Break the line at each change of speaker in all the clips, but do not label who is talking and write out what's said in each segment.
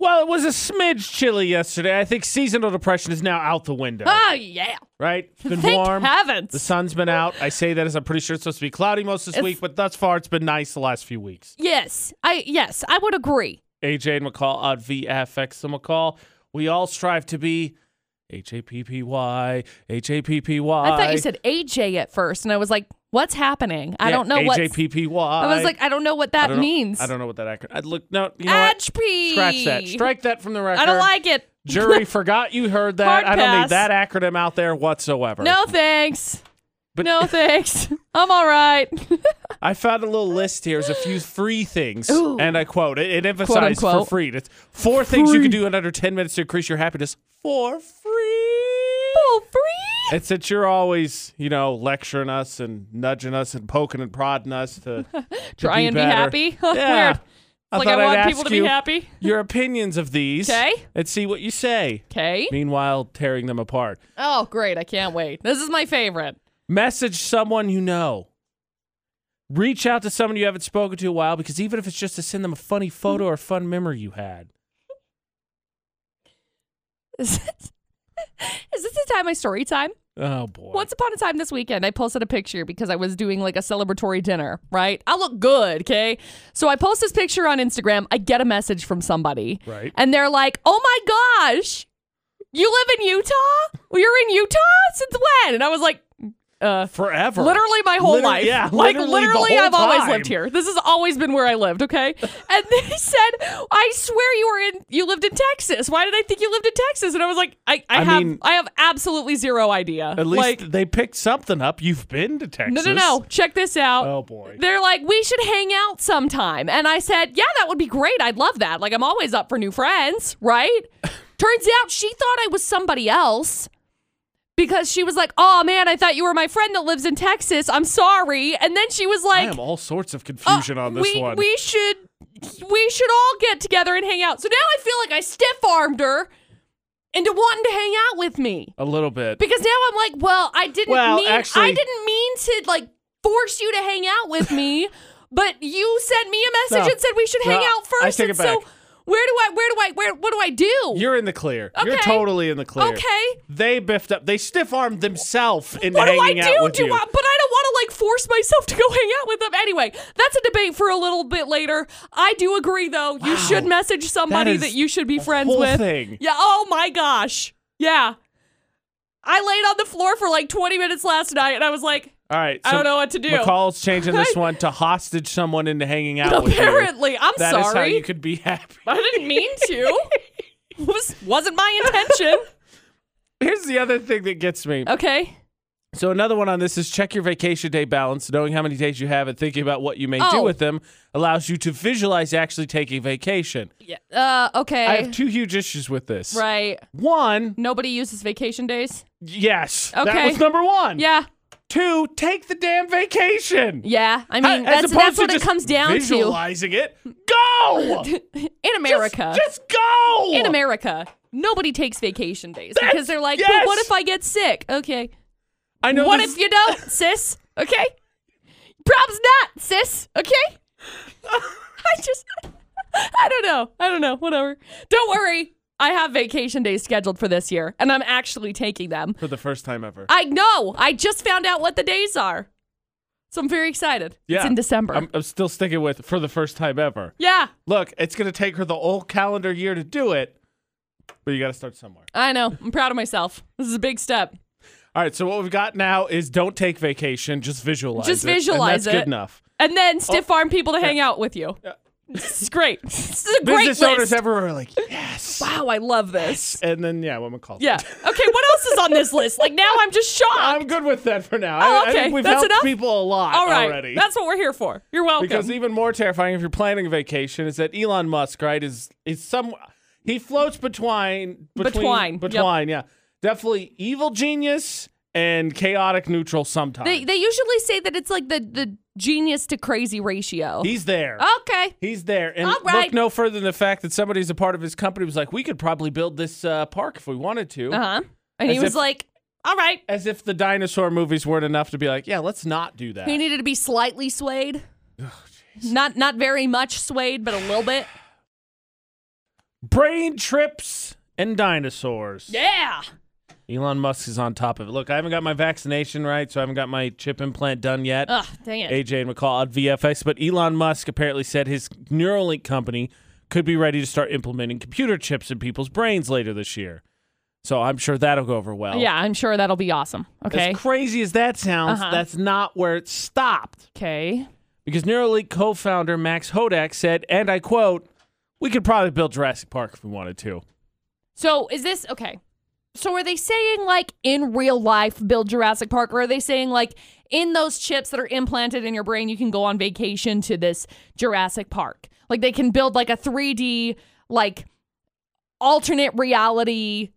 Well, it was a smidge chilly yesterday. I think seasonal depression is now out the window.
Oh yeah.
Right? It's been
Thank
warm.
heavens.
The sun's been out. I say that as I'm pretty sure it's supposed to be cloudy most this
It's-
week, but thus far it's been nice the last few weeks.
Yes. I yes, I would agree.
AJ and McCall on VFX. The McCall, we all strive to be H A P P Y, H A P P Y.
I thought you said AJ at first and I was like, what's happening? I don't know what
H A P P Y.
I was like, I don't know what that means.
I don't know what that acronym. I look no, you know what?
Atrophy.
Scratch that. Strike that from the record.
I don't like it.
Jury forgot you heard that.
Hard
I don't
pass.
need that acronym out there whatsoever.
No thanks.
But-
no thanks. I'm all right.
I found a little list here. There's a few free things,
Ooh.
and I quote it, it emphasized for
unquote.
free. It's four things you
Free.
can do in under 10 minutes to increase your happiness for free.
Oh, free.
And since you're always, you know, lecturing us and nudging us and poking and prodding us to, to
Try
be
and
better,
be happy.
yeah,
Weird.
I
like
thought
I want
would
people
ask
to be
you
happy.
Your opinions of these,
'Kay.
and see what you say.
Okay.
Meanwhile, tearing them apart.
Oh, great. I can't wait. This is my favorite.
Message someone you know. Reach out to someone you haven't spoken to in a while because even if it's just to send them a funny photo or a fun memory you had.
Is this, is this the time my story time?
Oh boy.
Once upon a time this weekend, I posted a picture because I was doing like a celebratory dinner, right? I look good, okay? So I post this picture on Instagram. I get a message from somebody.
Right.
And they're like, oh my gosh, you live in Utah? You're in Utah? Since when? And I was like, uh,
Forever.
Literally my whole
Liter-
life.
Yeah.
like
literally,
literally,
the whole
I've always
time.
lived here. This has always been where I lived. Okay, and they said, "I swear you were in. You lived in Texas. Why did I think you lived in Texas?" And I was like, "I, I,
I
have,
mean-
I have absolutely zero idea.
At least
like,
they picked something up. You've been to Texas.
no, no, no. Check this out.
Oh, boy.
They're like, we should hang out sometime. And I said, yeah, that would be great. I'd love that. Like, I'm always up for new friends, right? Turns out she thought I was somebody else because she was like, oh man, I thought you were my friend that lives in Texas. I'm sorry. And then she was
I
like,
am all sorts of
"Uh,
confusion on this
we,
one.
we should. We should all get together and hang out. So now I feel like I stiff armed her into wanting to hang out with me.
a little bit.
Because now I'm like, well, I didn't
Well,
mean I
actually-
didn't mean to like force you to hang out with me, but you sent me a message
No.
and said we should hang
No,
out
I
first.
take
and
it
so
back.
where do I where do I where what do I do?
You're in the clear. You're
Okay.
totally in the clear.
Okay.
They biffed up. They stiff armed themselves into
what do I
hanging out
do?
with
Do
you.
I, but I don't want to like force myself to go hang out with them anyway. That's a debate for a little bit later. I do agree though. You should message somebody
is
that, you should be friends
whole
with.
thing.
Yeah. Oh my gosh. Yeah. I laid on the floor for like 20 minutes last night and I was like,
All right.
I
so
don't know what to do.
McCall's changing this one to hostage someone into hanging out with you.
Apparently, I'm
That is how
sorry.
you could be happy.
I didn't mean to. was wasn't my intention.
Here's the other thing that gets me.
Okay.
So another one on this is check your vacation day balance. Knowing how many days you have and thinking about what you may do
Oh.
with them allows you to visualize actually taking vacation.
Yeah. Uh. Okay.
I have two huge issues with this.
right.
One,
Nobody uses vacation days.
yes, that
Okay.
was number one.
Yeah.
Two, take the damn vacation.
Yeah. I
How-
mean,
as
that's
opposed
that's
to
what it
just
comes down to.
visualizing it. Go
In America.
Just, just go
in America. Nobody takes vacation days
That's-
because they're like,
yes!
but what if I get sick? Okay.
I know.
What
this-
if you don't, sis? Okay. Problem's not, sis. Okay. I just, I don't know. I don't know. Whatever. Don't worry. I have vacation days scheduled for this year, and I'm actually taking them.
for the first time ever?
I know. I just found out what the days are. So I'm very excited. It's in December.
I'm, I'm still sticking with for the first time ever.
yeah,
Look, it's gonna take her the whole calendar year to do it, but you got to start somewhere.
I know. I'm proud of myself. This is a big step.
All right, so what we've got now is don't take vacation, just visualize
Just
it, and
visualize
that's
it.
good enough.
And
Oh.
then stiff arm people to hang out with you. This is great. This is a great
Business
list.
owners everywhere are like, yes.
wow, I love this.
And then yeah, women call.
Yeah. Okay, what else is on this list? Like now I'm just shocked.
I'm good with that for now.
Oh,
I, I
okay.
think we've
That's
helped
enough?
people a lot
All right.
already.
That's what we're here for. You're welcome.
Because even more terrifying if you're planning a vacation is that Elon Musk, right, is is some he floats between between
Between, yep.
between, yeah. Definitely evil genius and chaotic neutral sometimes.
they they usually say that it's like the the genius to crazy ratio.
He's there.
okay.
He's there. And
Oh. All right.
look no further than the fact that somebody's a part of his company was like, we could probably build this uh, park if we wanted to.
Uh-huh. And he
As
was
if-
like, "All right."
As if the dinosaur movies weren't enough to be like, yeah, let's not do that.
He needed to be slightly swayed. not not very much swayed, but a little bit.
Brain trips and dinosaurs.
Yeah.
Elon Musk is on top of it. Look, I haven't got my vaccination right, so I haven't got my chip implant done yet.
Ugh, dang it.
AJ and McCall on VFX, but Elon Musk apparently said his Neuralink company could be ready to start implementing computer chips in people's brains later this year. So I'm sure that'll go over well.
Yeah, I'm sure that'll be awesome. Okay.
As crazy as that sounds,
Uh-huh.
that's not where it stopped.
Okay.
Because Neuralink co founder Max Hodak said, and I quote, we could probably build Jurassic Park if we wanted to.
So is this okay? So are they saying like in real life build Jurassic Park, or are they saying like in those chips that are implanted in your brain, you can go on vacation to this Jurassic Park? Like they can build like a 3D like alternate reality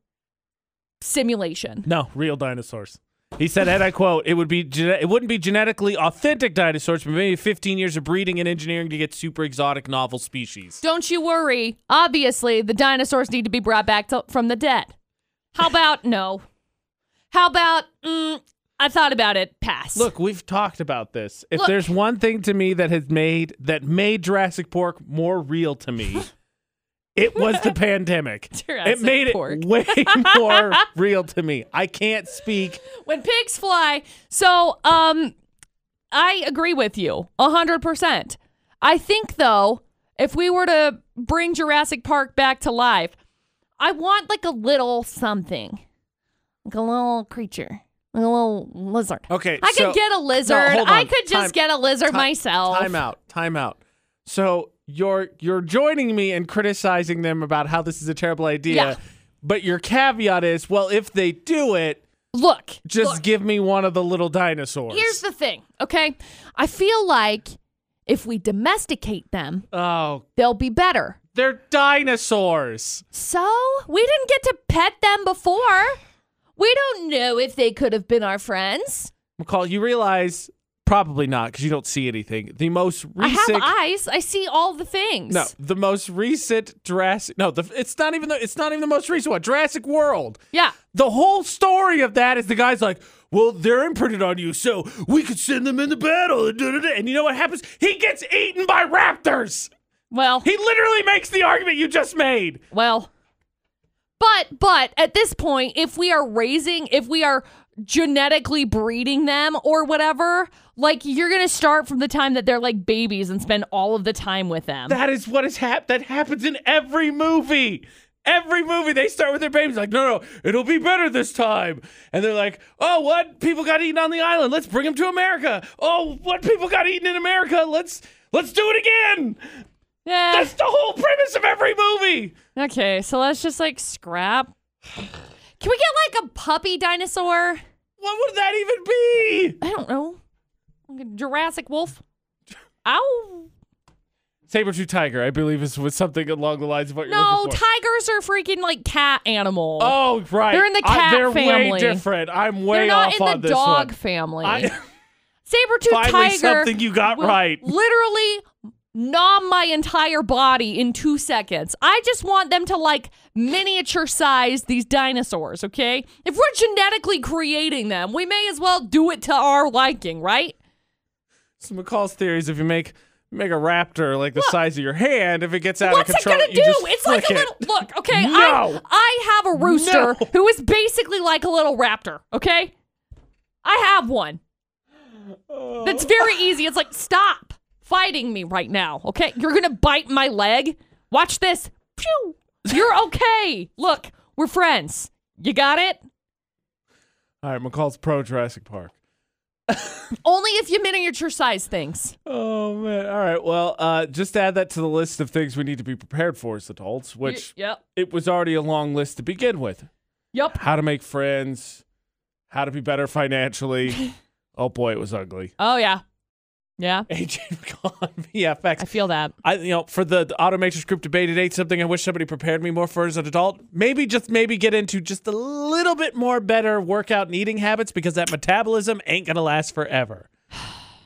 simulation.
No, real dinosaurs. He said, and I quote, it would be gene- it wouldn't be genetically authentic dinosaurs, but maybe 15 years of breeding and engineering to get super exotic novel species.
Don't you worry. Obviously, the dinosaurs need to be brought back to, from the dead. How about no? How about mm, I thought about it. Pass.
Look, we've talked about this. If
Look.
there's one thing to me that has made that made Jurassic Park more real to me, it was the pandemic.
Jurassic
it made
Park.
it way more real to me. I can't speak.
when pigs fly. So, um, I agree with you a hundred percent. I think though, if we were to bring Jurassic Park back to life, I want like a little something, like a little creature, like a little lizard.
Okay,
I
so-
could get a lizard.
hold
I
on.
could just
Time-
get a lizard
Ti-
myself.
Time out. Time out. So you're you're joining me and criticizing them about how this is a terrible idea.
Yeah.
But your caveat is, well, if they do it,
Look,
just
look.
give me one of the little dinosaurs.
Here's the thing, okay? I feel like if we domesticate them,
oh,
they'll be better.
they're dinosaurs.
So we didn't get to pet them before. We don't know if they could have been our friends.
McCall, you realize probably not because you don't see anything. The most
I have
recent.
eyes. I see all the things.
no, the most recent Jurassic. No, the, it's not even the. It's not even the most recent one. Jurassic World.
Yeah.
The whole story of that is the guy's like, well, they're imprinted on you, so we could send them into battle. And da, da, da. And you know what happens? He gets eaten by raptors.
Well,
He literally makes the argument you just made.
well. But but at this point, if we are raising, if we are genetically breeding them or whatever, like you're going to start from the time that they're like babies and spend all of the time with them.
That is what is hap- that happens in every movie. Every movie they start with their babies like, no, no, it'll be better this time. And they're like, oh, what? People got eaten on the island. Let's bring them to America. Oh, what? People got eaten in America. Let's let's do it again.
yeah.
That's the whole premise of every movie.
Okay, so let's just like scrap. Can we get like a puppy dinosaur?
What would that even be?
I don't know. Like a Jurassic Wolf. Ow.
Saber-tooth tiger, I believe, is was something along the lines of what you're
No,
looking for.
tigers are freaking like cat animal.
oh, right.
They're in the cat
they're way
family.
different. I'm way
They're not
off
in
on
the
this
dog
one.
family.
I,
Saber-tooth
finally,
tiger.
something you got
will
right.
Literally numb my entire body in two seconds. I just want them to like miniature size these dinosaurs, okay? If we're genetically creating them, we may as well do it to our liking, right?
So McCall's theory is if you make make a raptor like the size of your hand, if it gets out
What's
of control,
it gonna
you
do?
just
It's like a
flick it.
little look. Okay,
No.
I I have a rooster
No.
who is basically like a little raptor. Okay, I have one. That's very easy. It's like stop fighting me right now. Okay, you're gonna bite my leg. Watch this. Phew. You're okay. Look, we're friends. You got it.
All right, McCall's pro Jurassic Park.
Only if you miniature size things.
Oh man! All right. Well, uh, just add that to the list of things we need to be prepared for as adults, which
Y- yep.
it was already a long list to begin with.
Yep.
how to make friends, how to be better financially. oh boy, it was ugly.
Oh yeah. Yeah.
AJ McCall on
I
VFX.
feel that.
I, you know, for the, the Automatrix group debate at eight, something I wish somebody prepared me more for as an adult. Maybe just maybe get into just a little bit more better workout and eating habits because that metabolism ain't gonna last forever.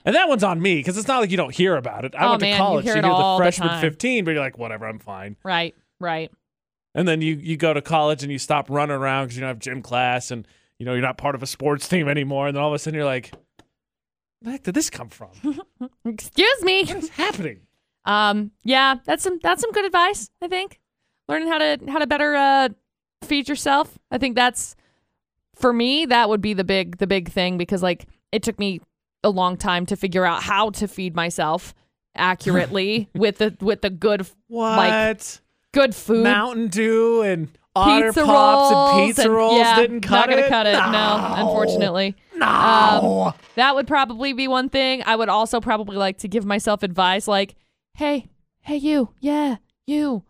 And that one's on me because it's not like you don't hear about it. I
Oh,
went
man,
to
you
college,
hear
so
it
you hear the
all the
freshman
time.
fifteen, but you're like, whatever, I'm fine.
Right. Right.
And then you you go to college and you stop running around because you don't have gym class and you know you're not part of a sports team anymore. And then all of a sudden you're like, "Where the heck did this come from? What
Excuse me.
is happening?"
Um, yeah, that's some that's some good advice, I think. learning how to how to better uh, feed yourself. I think that's for me that would be the big the big thing because like it took me a long time to figure out how to feed myself accurately with the with the good
What?
good food
Mountain Dew and Otter
pizza
Pops
rolls
and pizza rolls
yeah,
didn't cut
not gonna
it?
cut it. No. Um,
No.
unfortunately.
No.
That would probably be one thing. I would also probably like to give myself advice like, hey, hey, you, yeah, you,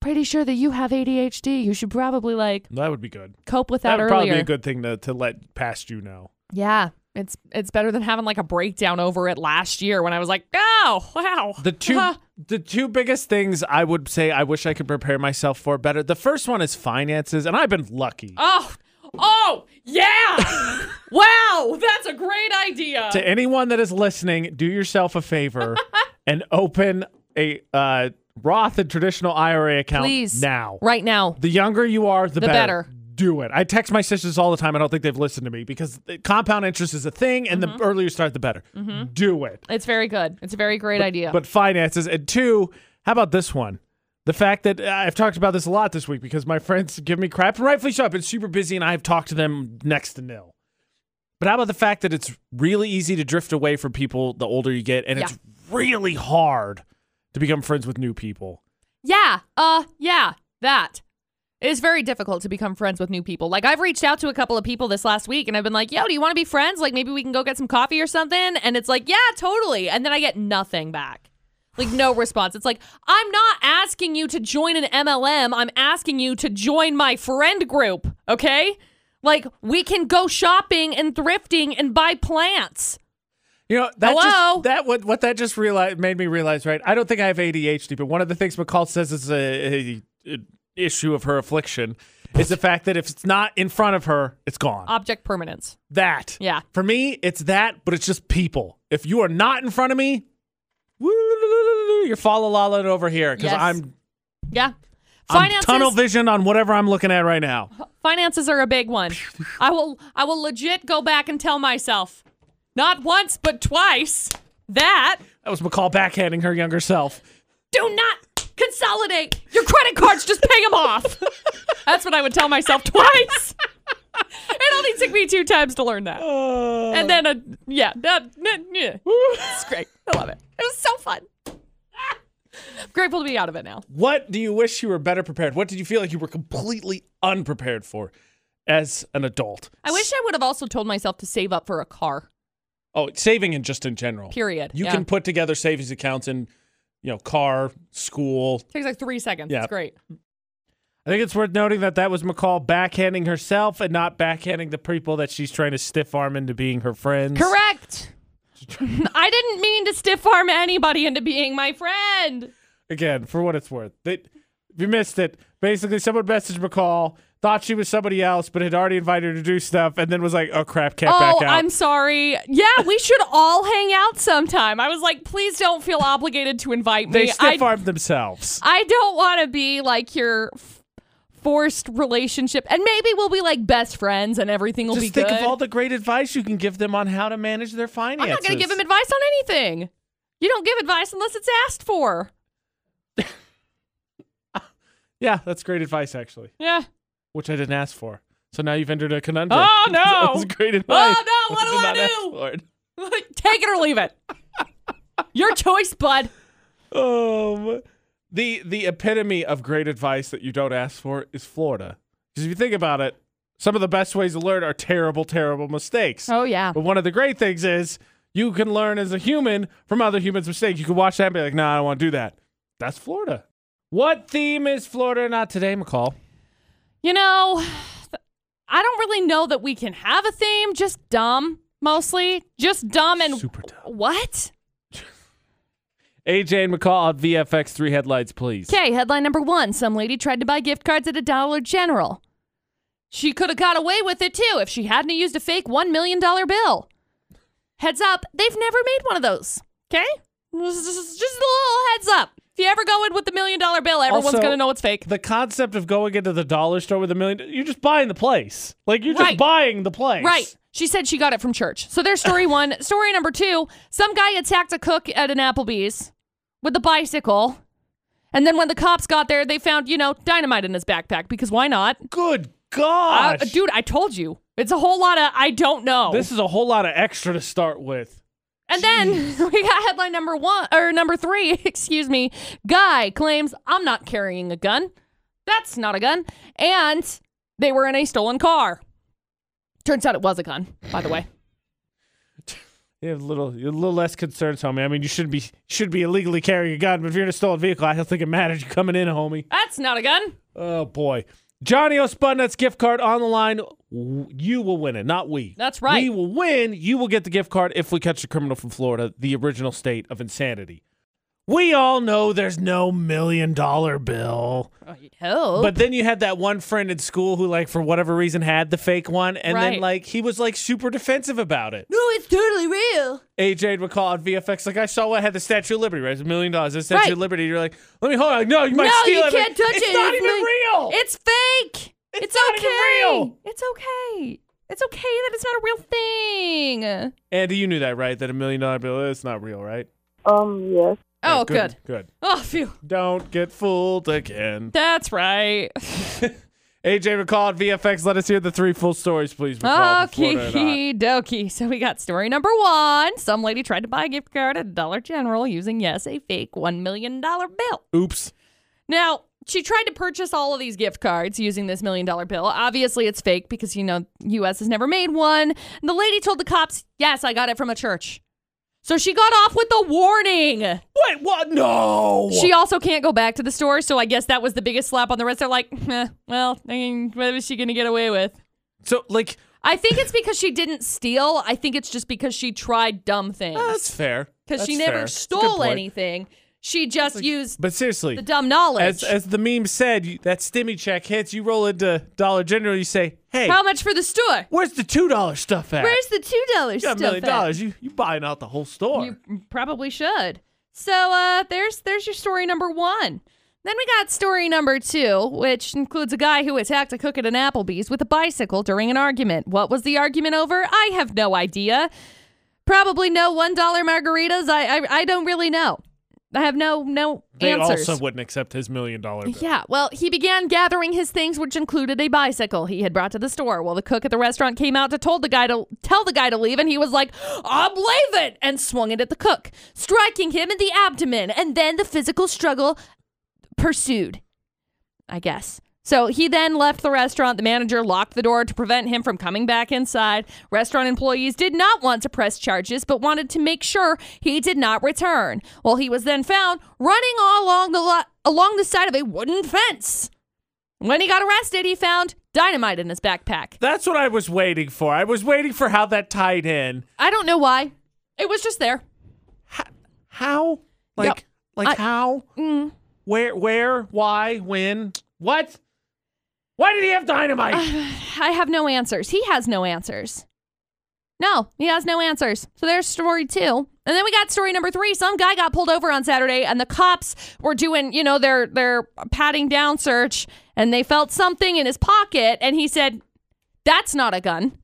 pretty sure that you have ADHD. You should probably like
that would be good.
cope with
That
that,
would probably be
earlier.
a good thing to, to let past you know.
yeah. It's it's better than having like a breakdown over it last year when I was like, oh, wow.
The two
Uh-huh.
the two biggest things I would say I wish I could prepare myself for better. The first one is finances, and I've been lucky.
oh, oh, yeah. wow. That's a great idea.
to anyone that is listening, do yourself a favor and open a uh, Roth and traditional IRA account
Please.
now.
Right now.
The younger you are, the, better.
better.
Do it. I text my sisters all the time. I don't think they've listened to me because the compound interest is a thing, and the earlier you start, the better. Do it.
It's very good. It's a very great idea.
But finances. And two, how about this one? The fact that uh, I've talked about this a lot this week because my friends give me crap, and rightfully so. I've been super busy and I have talked to them next to nil. But how about the fact that it's really easy to drift away from people the older you get, and it's really hard to become friends with new people?
Yeah. Uh yeah, that. It is very difficult to become friends with new people. Like I've reached out to a couple of people this last week and I've been like, "Yo, do you want to be friends? Like maybe we can go get some coffee or something?" And it's like, "Yeah, totally." And then I get nothing back. Like no response. It's like, "I'm not asking you to join an MLM. I'm asking you to join my friend group, okay? Like we can go shopping and thrifting and buy plants."
You know that
Hello?
just, that what what that just realized made me realize right. I don't think I have ADHD, but one of the things McCall says is a, a, a issue of her affliction is the fact that if it's not in front of her, it's gone.
Object permanence.
that
Uh, Yeah.
for me, it's that, but it's just people. If you are not in front of me, you're follow lalaing over here because
Yes.
I'm,
Yeah.
I'm tunnel vision on whatever I'm looking at right now.
Finances are a big one. I will I will legit go back and tell myself not once but twice that
That was McCall backhanding her younger self.
do not consolidate your credit cards just pay them off. That's what I would tell myself twice. It only took me two times to learn that. and then a yeah, that- that- yeah. It's great. I love it. It was so fun. Grateful to be out of it now.
What do you wish you were better prepared? What did you feel like you were completely unprepared for as an adult?
I wish I would have also told myself to save up for a car.
Oh, saving and just in general.
Period.
You
Yeah.
can put together savings accounts in, you know, car, school,
Takes like three seconds.
Yeah.
It's great.
I think it's worth noting that that was McCall backhanding herself and not backhanding the people that she's trying to stiff arm into being her friends.
Correct. I didn't mean to stiff arm anybody into being my friend.
Again, for what it's worth. They, if you missed it, basically someone messaged McCall, thought she was somebody else, but had already invited her to do stuff, and then was like, oh crap, can't back
Oh,
out.
I'm sorry. Yeah, we should all hang out sometime. I was like, please don't feel obligated to invite
they
me.
stiff
I,
armed themselves.
I don't want to be like your f- forced relationship. And maybe we'll be like best friends and everything will be
Just think
good.
of all the great advice you can give them on how to manage their finances.
I'm not going to give him advice on anything. You don't give advice unless it's asked for.
Yeah, that's great advice, actually,
Yeah.
which I didn't ask for. So now you've entered a conundrum.
Oh,
that
no.
was great advice.
no, what do
Not
I do?
asked for it.
Take it or leave it. Your choice, bud.
Um, the the epitome of great advice that you don't ask for is Florida. Because if you think about it, some of the best ways to learn are terrible, terrible mistakes.
Oh, yeah.
But one of the great things is you can learn as a human from other humans' mistakes. You can watch that and be like, "No, nah, I don't want to do that." That's Florida. What theme is Florida not today, McCall?
You know, I don't really know that we can have a theme, just dumb mostly. Just dumb and
Super tough.
what?
AJ and McCall on VFX three headlights, please.
Okay, headline number one Some lady tried to buy gift cards at a Dollar General. She could have got away with it too if she hadn't used a fake $1 million bill. Heads up, they've never made one of those. Okay? Just just a little heads up. If you ever go in with the million dollar bill, everyone's
Also-
going to know it's fake.
The concept of going into the dollar store with a million, you're just buying the place. Like, you're
Right.
just buying the place.
Right. She said she got it from church. So there's story one. Story number two some guy attacked a cook at an Applebee's with a bicycle And then when the cops got there, they found, you know, dynamite in his backpack because why not?
Good
Uh,
gosh.
dude, I told you. It's a whole lot of I don't know.
this is a whole lot of extra to start with.
and then we got headline number one or number three, excuse me. Guy claims I'm not carrying a gun. That's not a gun. And they were in a stolen car. Turns out it was a gun, by the way.
You're a little, you're a little less concerned, homie. I mean, you should be should be illegally carrying a gun, but if you're in a stolen vehicle, I don't think it matters. You're coming in, homie.
That's not a gun.
Oh boy, Johnny O'Spudnuts gift card on the line. W- You will win it, not we.
That's right.
We will win. You will get the gift card if we catch the criminal from Florida, the original state of insanity. We all know there's no million dollar bill.
Oh,
But then you had that one friend in school who, like, for whatever reason, had the fake one, and
Right.
then like he was like super defensive about it.
no, it's totally real.
AJ would recall on VFX, like I saw one had the Statue of Liberty, right? It's a million dollars. The Statue
Right.
of Liberty. You're like, let me hold on. No, you might
no,
steal
you
it. but
can't touch
it's
it.
not even
like-
real.
It's
Oh.
fake.
It's
It's,
not
okay.
even real.
It's okay. It's okay that it's not a real thing.
Andy, you knew that, right? That a million dollar bill is not real, right?
Um, yes.
Oh,
Yeah,
good.
Good.
Oh, phew.
Don't get fooled again.
That's right.
AJ McCall at VFX, let us hear the three full stories, please. McCall, from Florida or not.
Okie dokie. So we got story number one. Some lady tried to buy a gift card at Dollar General using, yes, a fake $1 million bill.
Oops.
Now, she tried to purchase all of these gift cards using this million dollar bill. Obviously, it's fake because, you know, US has never made one. And the lady told the cops, yes, I got it from a church. So she got off with a warning.
Wait, what? No.
She also can't go back to the store. So I guess that was the biggest slap on the wrist. They're like, eh, well, I mean, what is she going to get away with?
so, like,
I think it's because she didn't steal. I think it's just because she tried dumb
that's
things.
fair.
Because she
That's
never
fair. That's a good
stole
point.
anything. She just used
But seriously,
the dumb knowledge.
as, as the meme said, you, that stimmy check hits, you roll into Dollar General, you say, hey,
How much for the store?
where's the $2 stuff at?
Where's the two dollars
you got
stuff?
a million
at?
dollars. You, you buying out the whole store.
You probably should. So uh, there's there's your story number one. Then we got story number two, which includes a guy who attacked a cook at an Applebee's with a bicycle during an argument. What was the argument over? I have no idea. Probably no one dollar margaritas. I, I I don't really know. I have no no
they
answers.
also wouldn't accept his million dollar bill.
Yeah, well, he began gathering his things, which included a bicycle he had brought to the store. Well, the cook at the restaurant came out to told the guy to tell the guy to leave, and he was like, "I'm leaving," and swung it at the cook, striking him in the abdomen, and then the physical struggle pursued. I guess. So he then left the restaurant. The manager locked the door to prevent him from coming back inside. Restaurant employees did not want to press charges, but wanted to make sure he did not return. Well, he was then found running all along the lo- along the side of a wooden fence. When he got arrested, he found dynamite in his backpack.
That's what I was waiting for. I was waiting for how that tied in.
I don't know why. It was just there.
How? Like
Yep.
like
I- Mm.
how? Where where? Why? When? What? Why did he have dynamite?
I have no answers. He has no answers. No, he has no answers. So there's story two. And then we got story number three. Some guy got pulled over on Saturday and the cops were doing, you know, their their patting down search and they felt something in his pocket and he said, That's not a gun.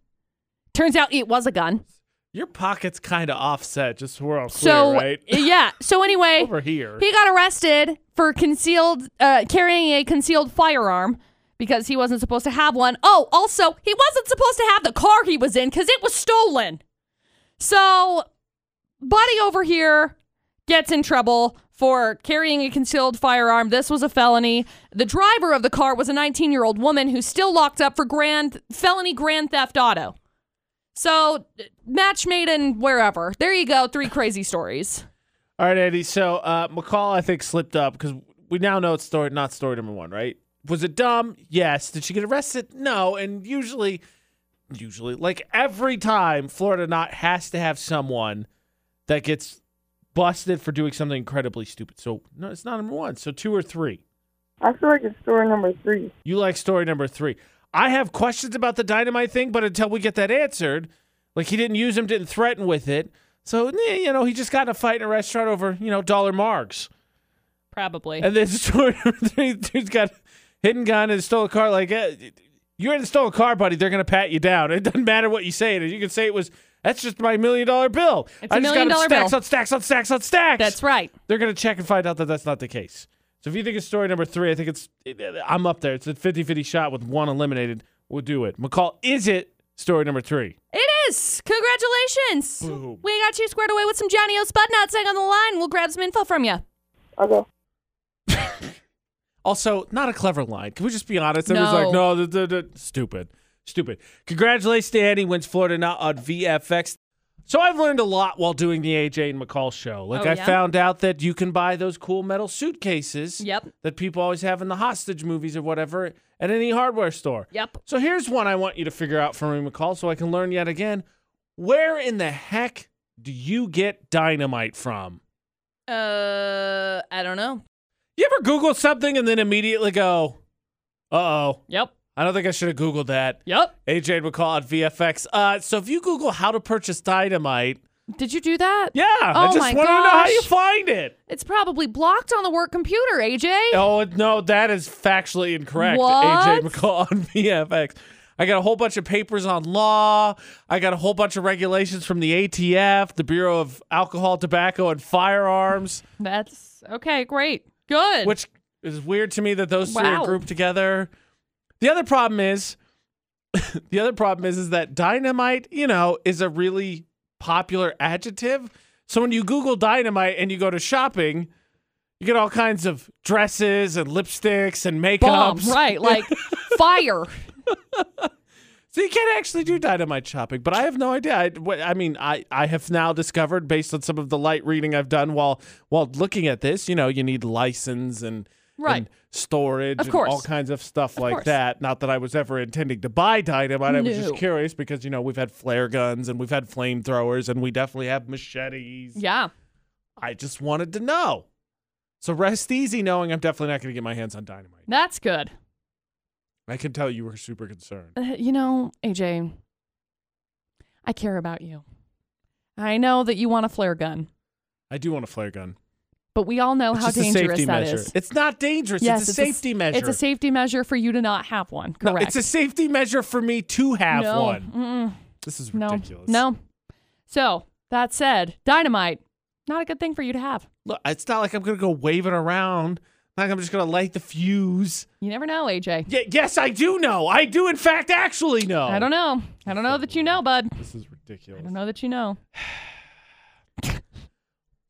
Turns out it was a gun.
Your pocket's kind of offset just so we're all clear,
So
right?
yeah. So anyway,
Over here.
he got arrested for concealed uh, carrying a concealed firearm because he wasn't supposed to have one. Oh, also, he wasn't supposed to have the car he was in because it was stolen. So, buddy over here gets in trouble for carrying a concealed firearm. This was a felony. The driver of the car was a 19 year old woman who's still locked up for grand felony grand theft auto. So, match made in wherever. There you go. Three crazy stories.
all right, Andy. So uh McCall I think slipped up because we now know it's story not story number one, right? Was it dumb? Yes. Did she get arrested? No. And usually usually like every time Florida not has to have someone that gets busted for doing something incredibly stupid. So no, it's not number one. So two or three.
I feel like it's story number three.
You like story number three. I have questions about the dynamite thing, but until we get that answered, like he didn't use him, didn't threaten with it. So, eh, you know, he just got in a fight in a restaurant over, you know, dollar marks.
Probably.
And then story number three, dude's got hit and gun and stole a car. Like, eh, you're in a stolen car, buddy. They're going to pat you down. It doesn't matter what you say. You can say it was, that's just my million dollar bill.
It's a
I just
million
got
dollar
stacks
bill.
on stacks on stacks on stacks.
That's right.
They're going to check and find out that that's not the case. So if you think it's story number three, I think it's I'm up there. It's a 50-50 shot with one eliminated. We'll do it. McCall, is it story number three?
It is. Congratulations.
Boom.
We got you squared away with some Johnny O's Spud Nuts hang on the line. We'll grab some info from you.
Okay.
Also, not a clever line. Can we just be honest? Everyone's
No.
like, no, th- th- th- stupid, stupid. Congratulations to Andy wins Florida not on VFX. So I've learned a lot while doing the AJ and McCall show. Like
Oh,
I
yeah?
found out that you can buy those cool metal suitcases
Yep.
that people always have in the hostage movies or whatever at any hardware store.
Yep.
So here's one I want you to figure out for me, McCall, so I can learn yet again. Where in the heck do you get dynamite from?
Uh, I don't know.
You ever Google something and then immediately go, uh oh,
Yep.
I don't think I should have Googled that.
Yep.
AJ and McCall on VFX. Uh, so if you Google how to purchase dynamite,
Did you do that?
yeah, I
Oh
just
my
want to know how
gosh.
you find it.
It's probably blocked on the work computer, AJ.
Oh no, that is factually incorrect. AJ
What?
McCall on VFX. I got a whole bunch of papers on law. I got a whole bunch of regulations from the ATF, the Bureau of Alcohol, Tobacco, and Firearms,
That's okay. Great. Good.
which is weird to me that those three are
Wow.
grouped together. The other problem is, the other problem is, is that dynamite, you know, is a really popular adjective. So when you Google dynamite and you go to shopping, you get all kinds of dresses and lipsticks and
bomb,
makeups.
right? Like fire.
So you can't actually do dynamite shopping, but I have no idea. I, what- I mean, I, I have now discovered based on some of the light reading I've done while while looking at this, you know, you need license and,
Right.
and storage
Of
and all
course.
kinds of stuff like
course.
that. Not that I was ever intending to buy dynamite. I was just
No.
curious because, you know, we've had flare guns and we've had flamethrowers and we definitely have machetes.
Yeah.
I just wanted to know. So rest easy knowing I'm definitely not going to get my hands on dynamite.
That's good.
I can tell you were super concerned.
Uh, you know, AJ, I care about you. I know that you want a flare gun,
I do want a flare gun.
but we all know
It's
Oh, how
just a
dangerous
safety
that is.
measure. It's not dangerous.
Yes,
it's a
it's a s-
safety measure.
It's a safety measure for you to not have one.
No,
Correct.
it's a safety measure for me to have
no,
one.
Mm-mm,
This is
no.
ridiculous.
No. So that said, dynamite, not a good thing for you to have.
Look, it's not like I'm gonna go waving around. Like I'm just gonna light the fuse.
You never know, AJ.
Y- yes, I do know. I do, in fact, actually know.
I don't know. I don't know that you know, bud.
This is
I
ridiculous.
don't know that you know.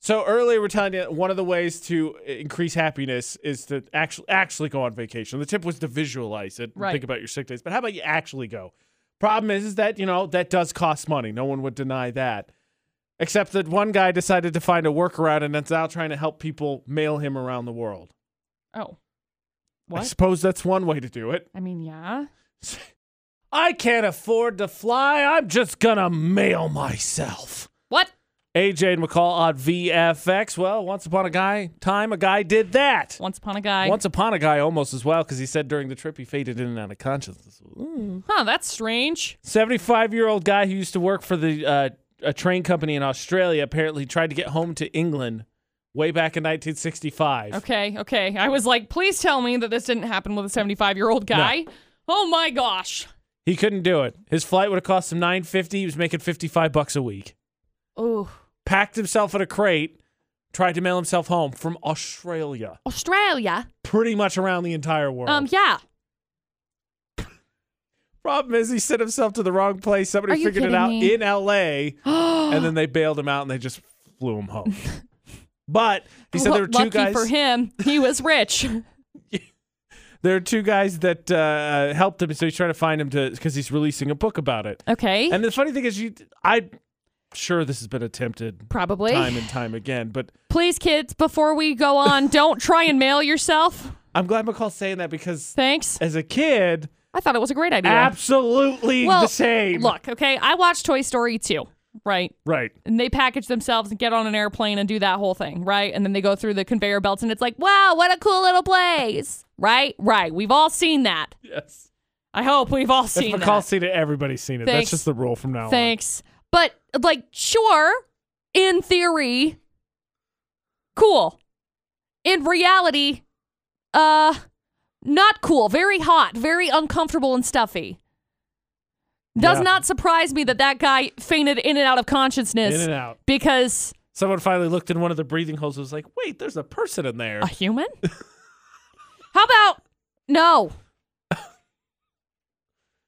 So earlier we we're telling you one of the ways to uh, increase happiness is to actually actually go on vacation. The tip was to visualize it, and
Right.
think about your sick days. But how about you actually go? Problem is, is that you know that does cost money. No one would deny that. Except that one guy decided to find a workaround and is now trying to help people mail him around the world.
Oh.
I
What?
suppose that's one way to do it.
I mean, yeah.
I can't afford to fly. I'm just gonna mail myself.
What?
AJ and McCall on VFX. Well, once upon a guy time, a guy did that.
Once upon a guy.
Once upon a guy almost as well, because he said during the trip he faded in and out of consciousness.
Huh, that's strange.
75 year old guy who used to work for the uh, a train company in Australia apparently tried to get home to England way back in 1965.
Okay, okay. I was like, please tell me that this didn't happen with a 75 year old guy. Oh my gosh.
He couldn't do it. His flight would have cost him 950. He was making 55 bucks a week.
Ooh.
Packed himself in a crate, tried to mail himself home from Australia,
Australia?
pretty much around the entire world.
Um, yeah.
Problem is, he sent himself to the wrong place. Somebody
Are you
figured it
kidding
out
me?
in LA. and then they bailed him out and they just flew him home. but he said there were two
Lucky
guys.
for him, he was rich.
There are two guys that uh, helped him, so he's trying to find him to because he's releasing a book about it.
okay.
And the funny thing is, you, I'm sure this has been attempted
Probably.
time and time again, but
Please, kids, before we go on, don't try and mail yourself.
I'm glad McCall's saying that because
Thanks.
as a kid,
I thought it was a great idea.
absolutely
well,
the same.
Look, okay, I watched Toy Story 2, right?
right.
and they package themselves and get on an airplane and do that whole thing, right? And then they go through the conveyor belts and it's like, wow, what a cool little place, right? Right. We've all seen that.
Yes.
I hope we've all
If
seen
McCall's
that.
seen it, everybody's seen it. That's
Thanks.
just the rule from now on.
Thanks. But like, sure, in theory, cool. In reality, uh, not cool. Very hot, very uncomfortable and stuffy. Does
Yeah.
not surprise me that that guy fainted in and out of consciousness
In and out.
because
Someone finally looked in one of the breathing holes and was like, wait, there's a person in there.
a human. How about no?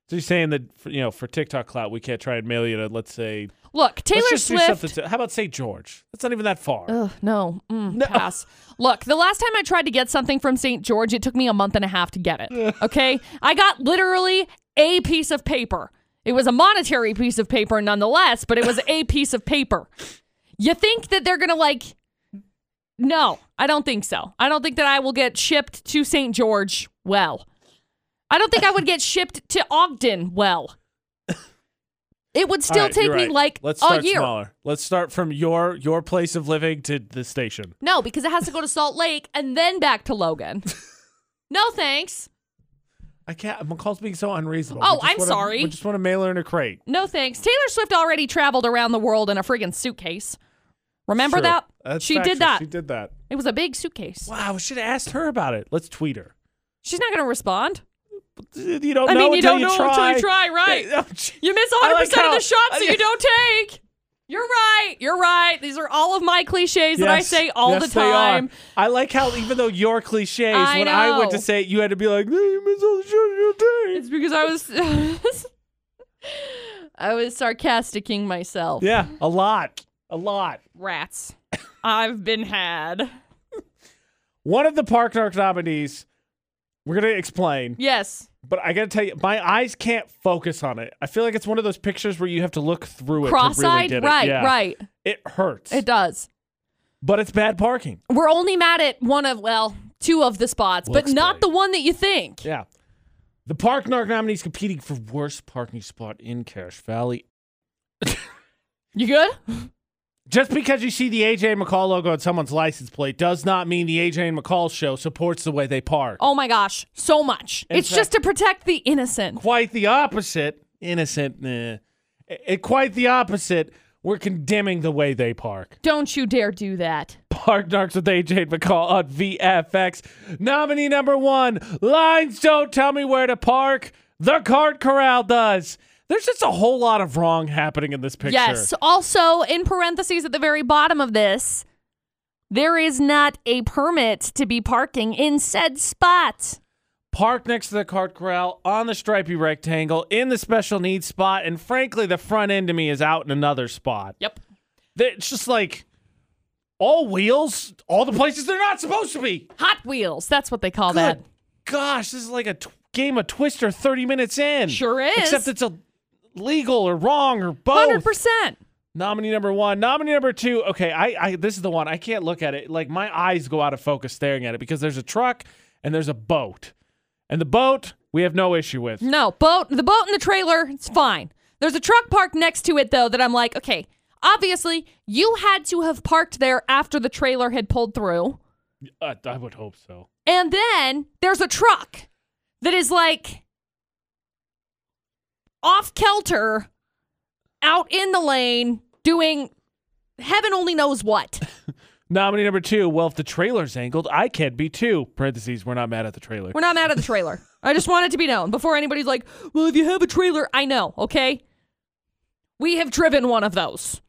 So you're saying that for, you know for TikTok clout we can't try and mail you to let's say
Look, Taylor
let's just do
Swift.
something to- how about St. George? That's not even that far.
Ugh, no, Mm, pass. Look, the last time I tried to get something from St. George, it took me a month and a half to get it. Okay, I got literally a piece of paper. It was a monetary piece of paper, nonetheless, but it was a piece of paper. You think that they're gonna like? No, I don't think so. I don't think that I will get shipped to St. George. Well, I don't think I would get shipped to Ogden. Well, it would
All
still
right,
take
you're
me
right.
like
let's
a
start
year.
smaller. Let's start from your your place of living to the station.
No, because it has to go to Salt Lake and then back to Logan. no thanks.
I can't. McCall's being so unreasonable.
Oh,
We just
I'm
wanna-
sorry.
We just want to mail her in a crate.
No thanks. Taylor Swift already traveled around the world in a friggin' suitcase. Remember
Sure.
that?
That's
she
factual.
did that.
She did that.
it was a big suitcase.
Wow, we should have asked her about it. Let's tweet her.
She's not going to respond.
You don't
I
know
mean, you
until
don't know
try.
until you try, right?
Yeah, oh, gee.
You miss 100%
I like
of
how-
the shots that
I-
you don't take. You're right. You're right. These are all of my cliches that I
Yes.
say all
Yes,
the time.
They are. I like how even though your cliches,
I
when I went
know.
to say it, you had to be like, "Hey, you miss all the shots you don't take."
It's because I was I was sarcasticing myself.
Yeah, a lot, a lot.
Rats. I've been had.
One of the Park Narc nominees. We're gonna explain,
Yes.
but I gotta tell you, my eyes can't focus on it. I feel like it's one of those pictures where you have to look through it to really
Cross-eyed?
get it.
right,
Yeah.
right.
It hurts,
It does.
but it's bad parking.
We're only mad at one of, well, two of the spots,
We'll
but not
explain.
the one that you think.
Yeah. The Park Narc nominees competing for worst parking spot in Cache Valley.
You good?
Just because you see the AJ and McCall logo on someone's license plate does not mean the AJ and McCall show supports the way they park.
Oh my gosh, so much.
In
it's
fact-
just to protect the innocent.
Quite the opposite. Innocent. Nah. I- I- quite the opposite. We're condemning the way they park.
Don't you dare do that.
Park Narcs with AJ and McCall on VFX. Nominee number one Lines don't tell me where to park. The Card Corral does. There's just a whole lot of wrong happening in this picture.
Yes. Also, in parentheses at the very bottom of this, there is not a permit to be parking in said spot.
parked next to the cart corral on the stripy rectangle in the special needs spot and frankly the front end of me is out in another spot
Yep.
Th- it's just like all wheels all the places they're not supposed to be
Hot Wheels, that's what they call that.
Good gosh this is like a tw- game of twister 30 minutes in
Sure is.
except it's a legal or wrong or both
100%.
nominee number one nominee number two okay I, I this is the one i can't look at it like my eyes go out of focus staring at it because there's a truck and there's a boat and the boat we have no issue with
No, boat, the boat and the trailer, it's fine. There's a truck parked next to it though that I'm like, okay, obviously you had to have parked there after the trailer had pulled through.
Uh, I would hope so.
And then there's a truck that is like off kilter out in the lane doing heaven only knows what.
Nominee number two. Well, if the trailer's angled, I can be too. Parentheses. We're not mad at the trailer.
We're not mad at the trailer. I just want it to be known before anybody's like, well, if you have a trailer, I know, okay? We have driven one of those.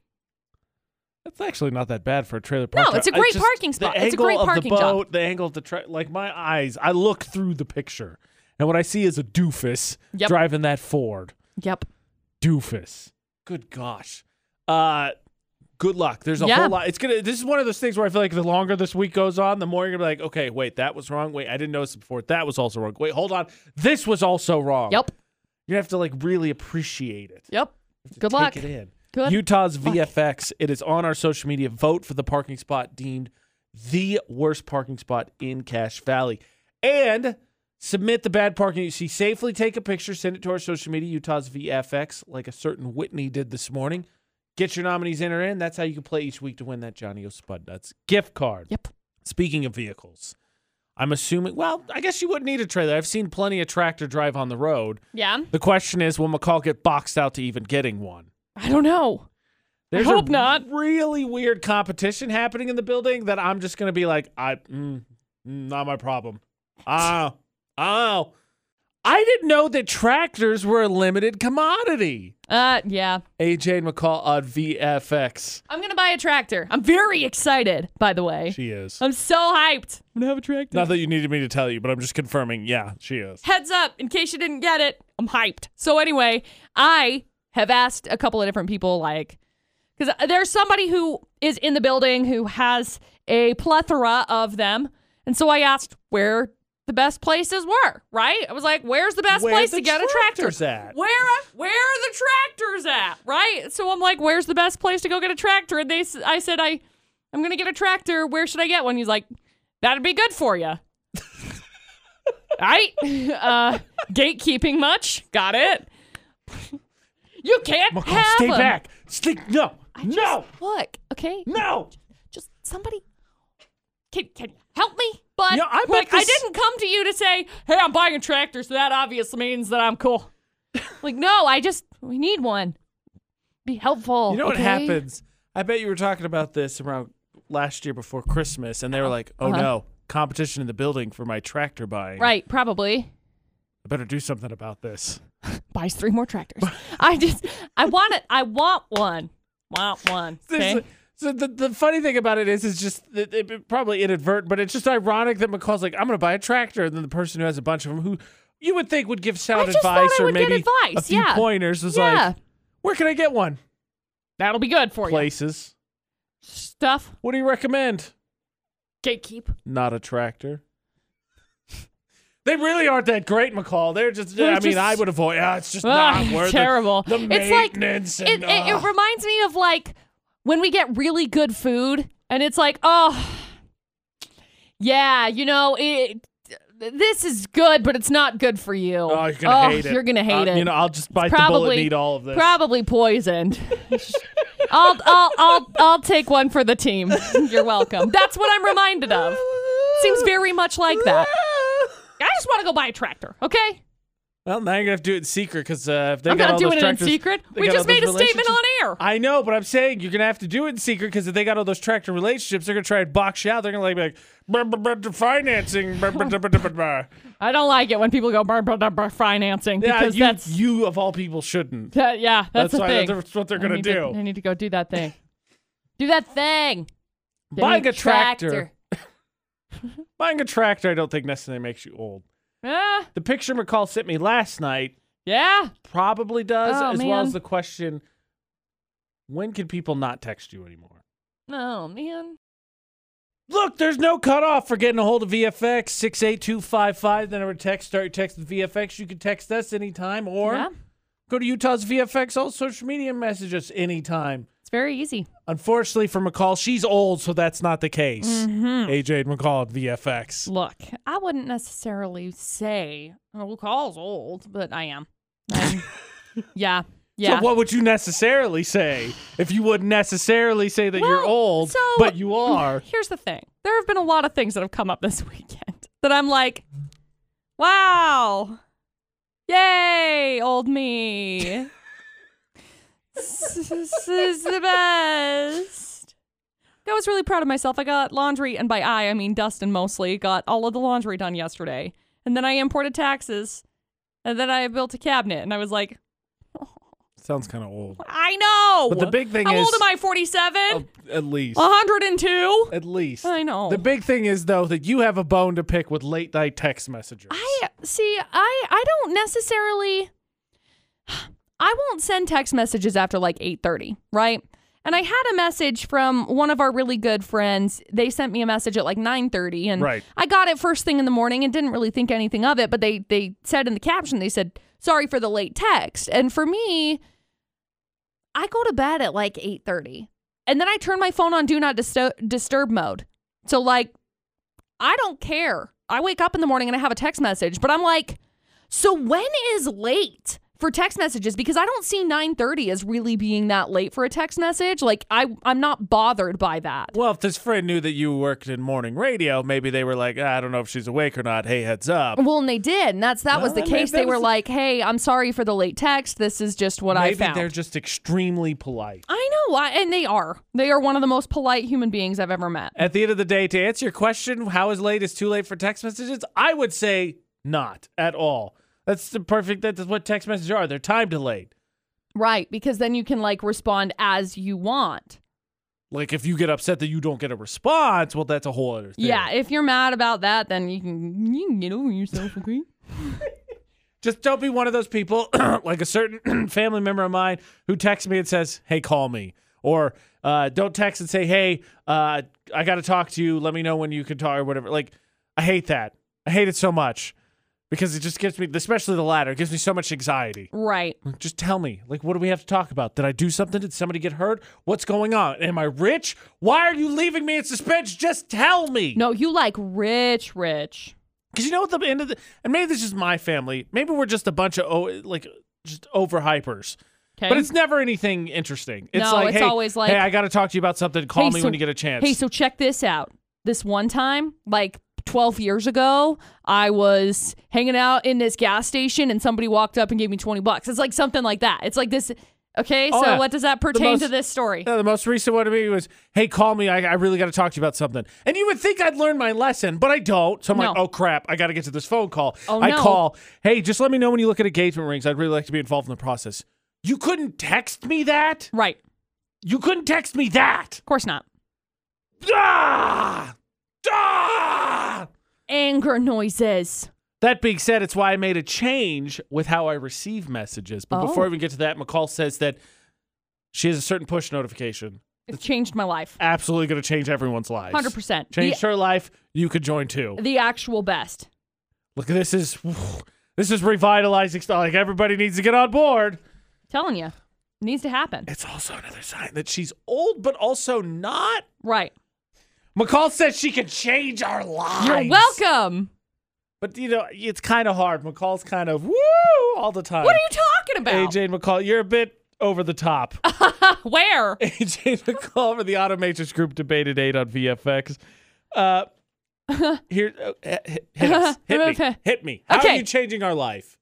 That's actually not that bad for a trailer park.
it's a
I
great
just-
parking spot.
The
It's a
angle
great
of
parking
the
job.
boat, The angle of the trailer. Like my eyes, I look through the picture, and what I see is a doofus
Yep.
driving that Ford.
Yep.
Doofus. Good gosh. Uh. Good luck. There's a
Yeah.
whole lot. It's gonna. This is one of those things where I feel like the longer this week goes on, the more you're gonna be like, okay, wait, that was wrong. Wait, I didn't notice it before. That was also wrong. Wait, hold on. This was also wrong.
Yep.
You have to like really appreciate it.
Yep.
To
Good
take
luck.
it in.
Good
Utah's
luck.
VFX. It is on our social media. Vote for the parking spot deemed the worst parking spot in Cache Valley, and submit the bad parking you see. Safely take a picture, send it to our social media. Utah's VFX, like a certain Whitney did this morning. Get your nominees in or in. That's how you can play each week to win that Johnny O Spud Nuts gift card.
Yep.
Speaking of vehicles, I'm assuming. Well, I guess you wouldn't need a trailer. I've seen plenty of tractor drive on the road.
Yeah.
The question is, will McCall get boxed out to even getting one?
I don't know.
There's
hope
a
not.
really weird competition happening in the building that I'm just going to be like, I, mm, mm, not my problem. Oh, oh. I didn't know that tractors were a limited commodity.
Uh, yeah.
AJ and McCall on VFX.
I'm gonna buy a tractor. I'm very excited. By the way,
She is.
I'm so hyped. I'm gonna have a tractor.
Not that you needed me to tell you, but I'm just confirming. Yeah, she is.
Heads up, in case you didn't get it, I'm hyped. So anyway, I have asked a couple of different people, like, because there's somebody who is in the building who has a plethora of them, and so I asked where the best places were. Right? I was like, where's the best
Where
place
the
to get a tractor?
tractors at?
Where where are the tractors at? Right? So I'm like, where's the best place to go get a tractor? And they, s- I said, I, I'm gonna get a tractor. Where should I get one? He's like, that'd be good for you. I uh gatekeeping much. Got it. You can't
McCall,
have
stay
'em.
back. Stay. No. no.
Look, okay,
No.
just somebody can can you help me? But
Yeah, I bet
like, I
this-
didn't come to you to say, "Hey, I'm buying a tractor," so that obviously means that I'm cool. like, no, I just we need one. Be helpful.
You know what
Oh, okay?
happens? I bet you were talking about this around last year before Christmas, and they were like, "Oh
Uh-huh.
no, competition in the building for my tractor buying.
Right, probably.
I better do something about this."
buys three more tractors. I just, I want it. I want one. Want one.
This-
Okay.
So the, the funny thing about it is, it's just that it, it probably inadvertent, but it's just ironic that McCall's like, "I'm going to buy a tractor," and then the person who has a bunch of them, who you would think would give sound
I just thought
advice
I
or
would get
maybe a
advice,
few
yeah.
pointers, was
Yeah,
like, "Where can I get one?"
that'll be good for you.
Places.
Stuff.
What do you recommend?
Gatekeep.
Not a tractor. They really aren't that great, McCall. They're just.
They're
I mean,
just-
I would avoid. Ah, it's just
Ugh,
not worth
terrible.
It. The
it's like
maintenance
it,
and,
it, it
ugh.
reminds me of like when we get really good food and it's like, oh, yeah, you know, it, this is good, but it's not good for you.
Oh, you're gonna
Oh,
hate it.
You're gonna hate
Uh,
it.
You know, I'll just bite the bullet
probably-
and eat all of this.
Probably poisoned. I'll, I'll, I'll, I'll take one for the team. You're welcome. That's what I'm reminded of. Seems very much like that. I just want to go buy a tractor, okay?
Well, now you're gonna have to do it in secret because uh, if they
I'm
got all
not doing
those
it in
tractors,
secret.
they
We
got
just
all those
made a statement on
relationships-
air.
I know, but I'm saying you're gonna have to do it in secret because if they got all those tractor relationships, they're gonna try and box you out. They're gonna like be like "Brr, brr, brr, the financing. brr, brr, brr, brr, brr, brr."
I don't like it when people go brr, brr, brr, brr, financing
Yeah,
because
you,
that's
you of all people shouldn't.
that, yeah, that's, the
why
thing.
that's what they're
I
gonna
need to- I
do.
need to go do that thing. do that thing. Give me
Buying a tractor. Buying a tractor, I don't think necessarily makes you old.
Yeah,
The picture McCall sent me last night
Ah, yeah.
probably does,
Oh,
as well
man.
as the question: When can people not text you anymore?
Oh man.
Look, there's no cutoff for getting a hold of VFX. 68255, the number to text. Start your text with VFX. You can text us anytime or
yeah,
go to Utah's VFX, all social media, and message us anytime.
it's very easy.
Unfortunately for McCall, she's old, so that's not the case.
Mm-hmm.
AJ and McCall at VFX.
Look, I wouldn't necessarily say oh, Carl's old, but I am. I'm- yeah, yeah.
So what would you necessarily say if you wouldn't necessarily say that you're
Well,
old,
so-
but you are?
Here's the thing: there have been a lot of things that have come up this weekend that I'm like, wow, yay, old me. this is the best. I was really proud of myself. I got laundry, and by I, I mean Dustin mostly, got all of the laundry done yesterday. And then I imported taxes. And then I built a cabinet. And I was like,
Sounds kind of old.
I know.
But the big thing
How
is- Oh.
old am I? 47?
At least.
102?
At least.
I know.
The big thing is, though, that you have a bone to pick with late night text messengers.
I see. I I don't necessarily. I won't send text messages after like eight thirty, right? And I had a message from one of our really good friends. They sent me a message at like nine thirty, and
Right.
I got it first thing in the morning and didn't really think anything of it. But they they said in the caption, they said sorry for the late text, and for me, I go to bed at like eight thirty, and then I turn my phone on do not disturb disturb mode. So like I don't care. I wake up in the morning and I have a text message, but I'm like, so when is late for text messages? Because I don't see 9:30 as really being that late for a text message. Like I I'm not bothered by that.
Well, if this friend knew that you worked in morning radio, maybe they were like, "Ah, I don't know if she's awake or not. Hey, heads up.
Well, and they did, and that's that was the
Well, I mean,
case.
that
They were
was-
like, "Hey, I'm sorry for the late text. This is just what I
maybe
found."
they're just extremely polite.
I know, I, and they are. They are one of the most polite human beings I've ever met.
At the end of the day, to answer your question, how is late is too late for text messages? I would say not at all. That's the perfect. That's what text messages are. They're time delayed.
Right, because then you can like respond as you want.
Like if you get upset that you don't get a response, well, that's a whole other thing.
Yeah, if you're mad about that, then you can you can get over yourself, okay?
Just don't be one of those people, like a certain family member of mine, who texts me and says, "Hey, call me," or uh, don't text and say, "Hey, uh, I got to talk to you. Let me know when you can talk or whatever." Like, I hate that. I hate it so much because it just gives me, especially the latter, it gives me so much anxiety.
right.
Just tell me, like, what do we have to talk about? Did I do something? Did somebody get hurt? What's going on? Am I rich? Why are you leaving me in suspense? Just tell me.
No, you like rich, rich.
Because you know, at the end of the, and maybe this is my family. Maybe we're just a bunch of oh, like just overhypers.
Okay.
But it's never anything interesting. It's
No,
like,
it's
hey,
always like-
hey, I got to talk to you about something. Call
Hey,
me
so-
when you get a chance.
Hey, so check this out. This one time, like 12 years ago, I was hanging out in this gas station and somebody walked up and gave me 20 bucks. It's like something like that. It's like this. Okay,
Oh,
so
yeah.
what does that
The
pertain
most-
to this story?
No, the most recent one to me was, "Hey, call me. I, I really got to talk to you about something." And you would think I'd learned my lesson, but I don't. So I'm like,
No.
"Oh crap! I got to get to this phone call."
Oh,
I
no.
call, "Hey, just let me know when you look at engagement rings. I'd really like to be involved in the process." You couldn't text me that.
right. Of
You couldn't text me that.
course not.
Ah! Ah!
Anger noises.
That being said, it's why I made a change with how I receive messages. But before
Oh.
I even get to that, McCall says that she has a certain push notification.
It's changed my life.
Absolutely going to change everyone's lives.
100%.
Changed
The,
her life. You could join too.
the actual best.
Look, this is this is revitalizing stuff. Like everybody needs to get on board.
telling you. Needs to happen.
It's also another sign that she's old, but also not.
Right.
McCall says she can change our lives.
You're welcome.
But you know, it's kind of hard. McCall's kind of woo all the time.
What are you talking about?
AJ and McCall, you're a bit over the top.
Where?
AJ McCall for the Automatrix Group debate at 8 on VFX. Uh, here, uh, hit, hit us. Hit me. Hit me. How are
Okay.
you changing our life?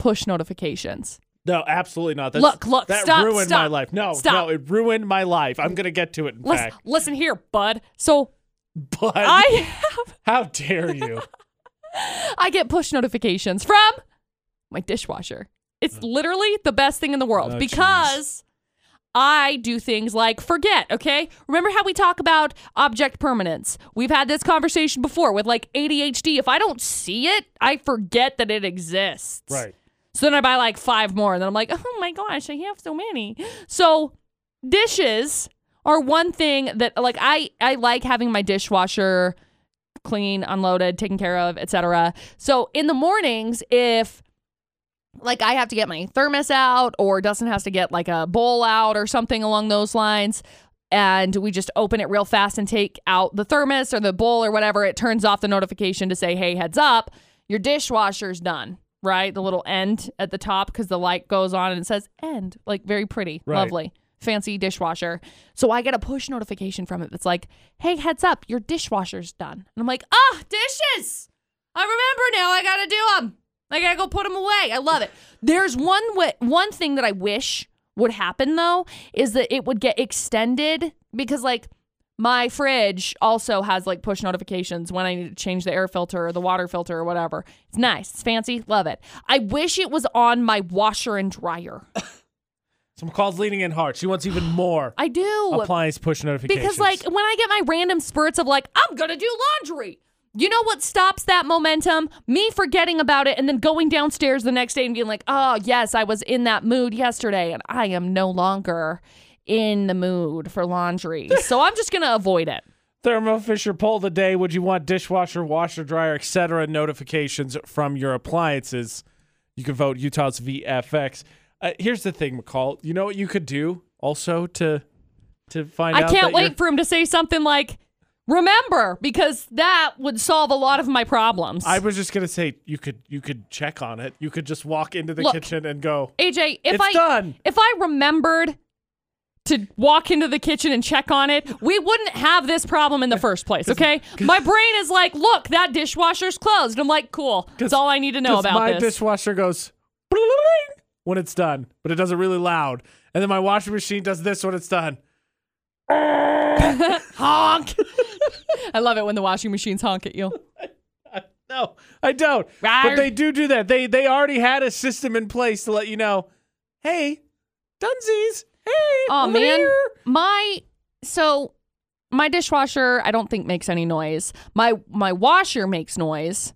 Push notifications.
No, absolutely not. That's,
Look, look,
That
stop,
ruined my
stop,
life. No,
stop.
no, it ruined my life. I'm going to get to it, in
Listen,
fact.
listen here, bud. So
But
I have
how dare you?
I get push notifications from my dishwasher. It's literally the best thing in the world
Oh,
because I do things like forget, okay? Remember how we talk about object permanence? We've had this conversation before with like ADHD. If I don't see it, I forget that it exists.
right.
So then I buy like five more, and then I'm like, oh my gosh, I have so many. So dishes are one thing that like I I like having my dishwasher clean, unloaded, taken care of, etc. So in the mornings, if like I have to get my thermos out, or Dustin has to get like a bowl out, or something along those lines. And we just open it real fast and take out the thermos or the bowl or whatever. It turns off the notification to say, hey, heads up, your dishwasher's done, right? The little end at the top because the light goes on and it says end, like very pretty,
Right.
lovely, fancy dishwasher. So I get a push notification from it that's like, hey, heads up, your dishwasher's done. And I'm like, ah, dishes. I remember now. I gotta do them. I gotta go put them away. I love it. There's one wa one thing that I wish would happen though is that it would get extended because like my fridge also has like push notifications when I need to change the air filter or the water filter or whatever. It's nice. It's fancy. Love it. I wish it was on my washer and dryer.
So McCall's leaning in hard. She wants even more
I do.
appliance push notifications.
Because like when I get my random spurts of like I'm gonna do laundry, you know what stops that momentum? Me forgetting about it and then going downstairs the next day and being like, oh yes, I was in that mood yesterday and I am no longer in the mood for laundry, so I'm just gonna avoid it.
Thermo Fisher poll today. Would you want dishwasher, washer, dryer, etc. notifications from your appliances? You can vote Utah's VFX. Uh, here's the thing, McCall. You know what you could do also to to find
I
out.
can't
that you're-
wait for him to say something like. Remember, because that would solve a lot of my problems.
I was just gonna say you could you could check on it. You could just walk into the
Look.
kitchen and go.
AJ, if
It's
I
done.
if I remembered to walk into the kitchen and check on it, we wouldn't have this problem in the first place, okay? My brain is like, look, that dishwasher's closed. I'm like, cool. That's all I need to know
'Cause
about
my
this.
dishwasher goes "Bling," when it's done, but it does it really loud, and then my washing machine does this when it's done.
Honk. I love it when the washing machines honk at you.
No, I don't. But
Rawr.
they do do that. They they already had a system in place to let you know, hey, Dunsies, hey,
Oh
over
man,
here."
my so my dishwasher I don't think makes any noise. My my washer makes noise,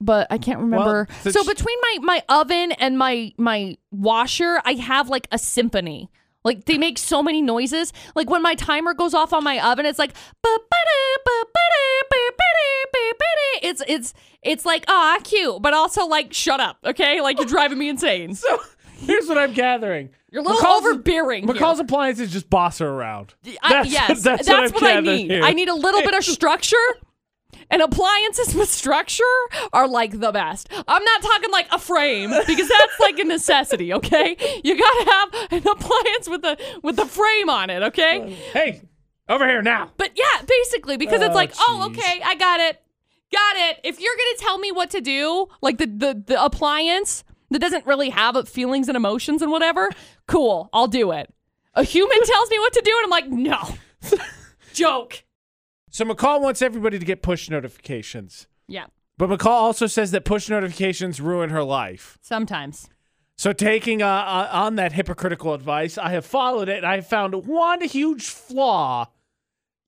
but I can't remember.
so
so
sh-
between my my oven and my my washer, I have like a symphony. Like they make so many noises. Like when my timer goes off on my oven, it's like "Ba-ba-da, ba-ba-da, ba-ba-da, ba-ba-da." it's it's it's like ah cute, but also like shut up, okay? Like you're driving me insane.
So here's what I'm gathering.
You're a little
McCall's-
overbearing. here.
McCall's appliances just boss her around.
I, yes, that's,
I'm
what, I
gathering
need.
here.
I need a little bit of structure. And appliances with structure are like the best. I'm not talking like a frame because that's like a necessity, okay? You gotta have an appliance with a with a frame on it, okay?
Hey, over here now.
But yeah, basically because
Oh,
it's like, oh,
jeez.
okay, I got it, got it. If you're gonna tell me what to do, like the the, the appliance that doesn't really have feelings and emotions and whatever, cool, I'll do it. A human tells me what to do, and I'm like, no, joke.
So McCall wants everybody to get push notifications.
Yeah,
But McCall also says that push notifications ruin her life.
sometimes.
So, taking uh, uh, on that hypocritical advice, I have followed it and I found one huge flaw.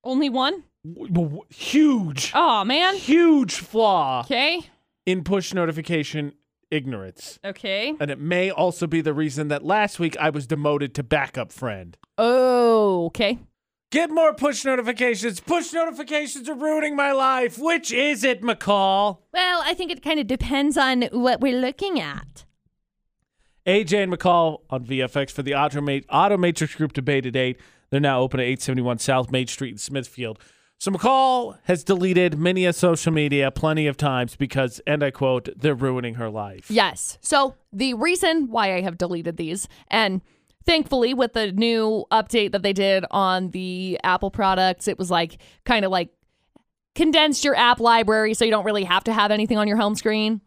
Only one?
W- w- huge,
Oh, man.
huge flaw
Okay.
in push notification ignorance.
Okay.
And it may also be the reason that last week I was demoted to backup friend.
Oh, okay.
Get more push notifications. Push notifications are ruining my life. Which is it, McCall?
Well, I think it kind of depends on what we're looking at.
AJ and McCall on VFX for the Automate Auto Matrix Group debate at eight. They're now open at 871 South Main Street in Smithfield. So McCall has deleted many a social media plenty of times because, and I quote, they're ruining her life.
Yes. So, the reason why I have deleted these, and thankfully, with the new update that they did on the Apple products, it was like kind of like condensed your app library so you don't really have to have anything on your home screen.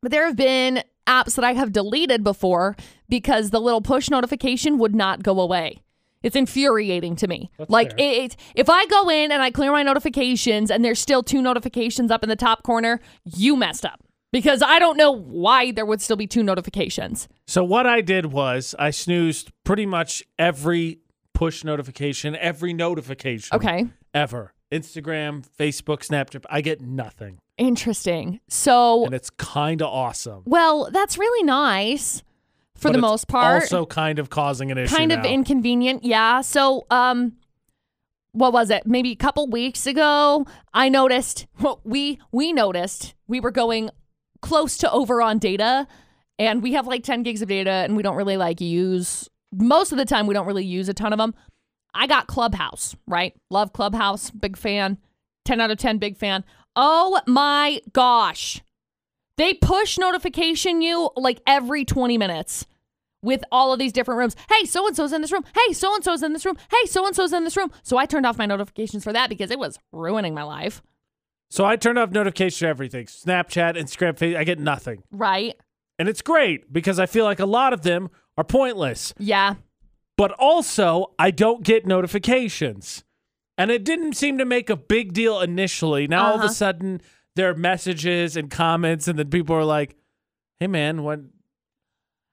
But there have been apps that I have deleted before because the little push notification would not go away. It's infuriating to me. like it, it- if I go in and I clear my notifications and there's still two notifications up in the top corner, you messed up because I don't know why there would still be two notifications.
So what I did was I snoozed pretty much every push notification, every notification
Okay.
ever. Instagram, Facebook, Snapchat. I get nothing.
Interesting. So,
And it's kind of awesome.
well, that's really nice for
But
the
it's
most part.
Also kind of causing an issue.
kind of
now.
inconvenient. Yeah. So, um, what was it? Maybe a couple weeks ago, I noticed. Well, we we noticed we were going close to over on data, and we have like ten gigs of data, and we don't really like use most of the time. We don't really use a ton of them. I got Clubhouse, right? Love Clubhouse, big fan. 10 out of 10, big fan. Oh my gosh. They push notification you like every 20 minutes with all of these different rooms. Hey, so and so's in this room. Hey, so and so's in this room. Hey, so and so's in this room. So I turned off my notifications for that because it was ruining my life,
So I turned off notifications to everything Snapchat, Instagram, Facebook. I get nothing.
right?
And it's great because I feel like a lot of them are pointless.
Yeah.
But also, I don't get notifications. And it didn't seem to make a big deal initially. Now all of
Uh-huh.
a sudden, there are messages and comments, and then people are like, hey, man, what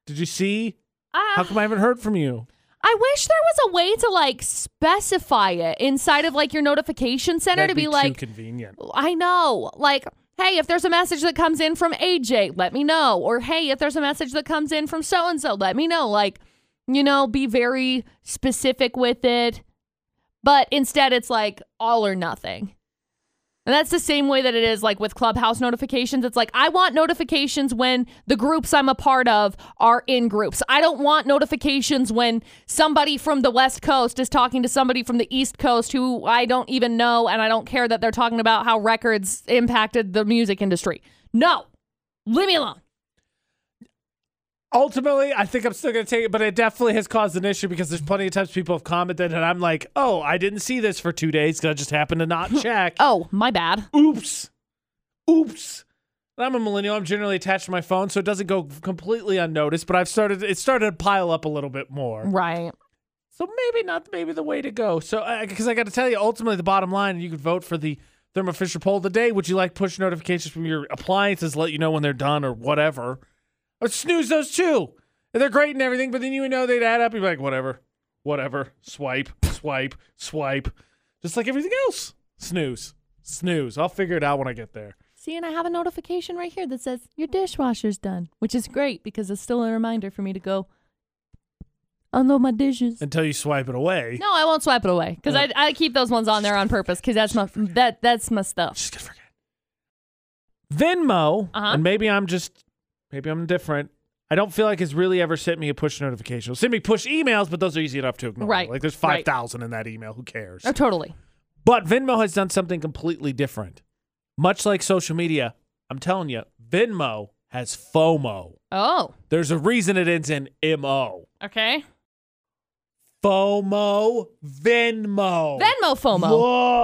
did you see? How
Ah,
come I haven't heard from you?
I wish there was a way to like specify it inside of like your notification center
That'd
to be,
too
like,
convenient.
I know. Like, hey, if there's a message that comes in from AJ, let me know. Or hey, if there's a message that comes in from so and so, let me know. Like, you know, be very specific with it. But instead, it's like all or nothing. And that's the same way that it is like with clubhouse notifications. It's like, I want notifications when the groups I'm a part of are in groups. I don't want notifications when somebody from the West Coast is talking to somebody from the East Coast who I don't even know. And I don't care that they're talking about how records impacted the music industry. No, leave me alone.
ultimately, I think I'm still going to take it, but it definitely has caused an issue because there's plenty of times people have commented and I'm like, oh, I didn't see this for two days because I just happened to not check.
Oh, my bad.
Oops. Oops. And I'm a millennial. I'm generally attached to my phone, so it doesn't go completely unnoticed, but I've started, it started to pile up a little bit more.
Right.
So maybe not maybe the way to go. So, because I got to tell you, ultimately, the bottom line, you could vote for the Thermo Fisher poll of the day. Would you like push notifications from your appliances let you know when they're done or whatever? I would snooze those too. And they're great and everything, but then you would know they'd add up. You'd be like, whatever, whatever. Swipe, swipe, swipe. Just like everything else. Snooze, snooze. I'll figure it out when I get there.
See, and I have a notification right here that says your dishwasher's done, which is great because it's still a reminder for me to go unload my dishes.
Until you swipe it away.
No, I won't swipe it away because
Yeah.
I, I keep those ones on there on purpose because that's my that that's my stuff.
She's gonna forget. Venmo,
Uh-huh.
and maybe I'm just, maybe I'm different. I don't feel like it's really ever sent me a push notification. It'll send me push emails, but those are easy enough to ignore.
Right,
Like there's
right.
5,000 in that email. Who cares?
Oh, totally.
But Venmo has done something completely different. Much like social media, I'm telling you, Venmo has FOMO.
Oh,
There's a reason it ends in MO.
okay.
FOMO, Venmo.
Venmo FOMO.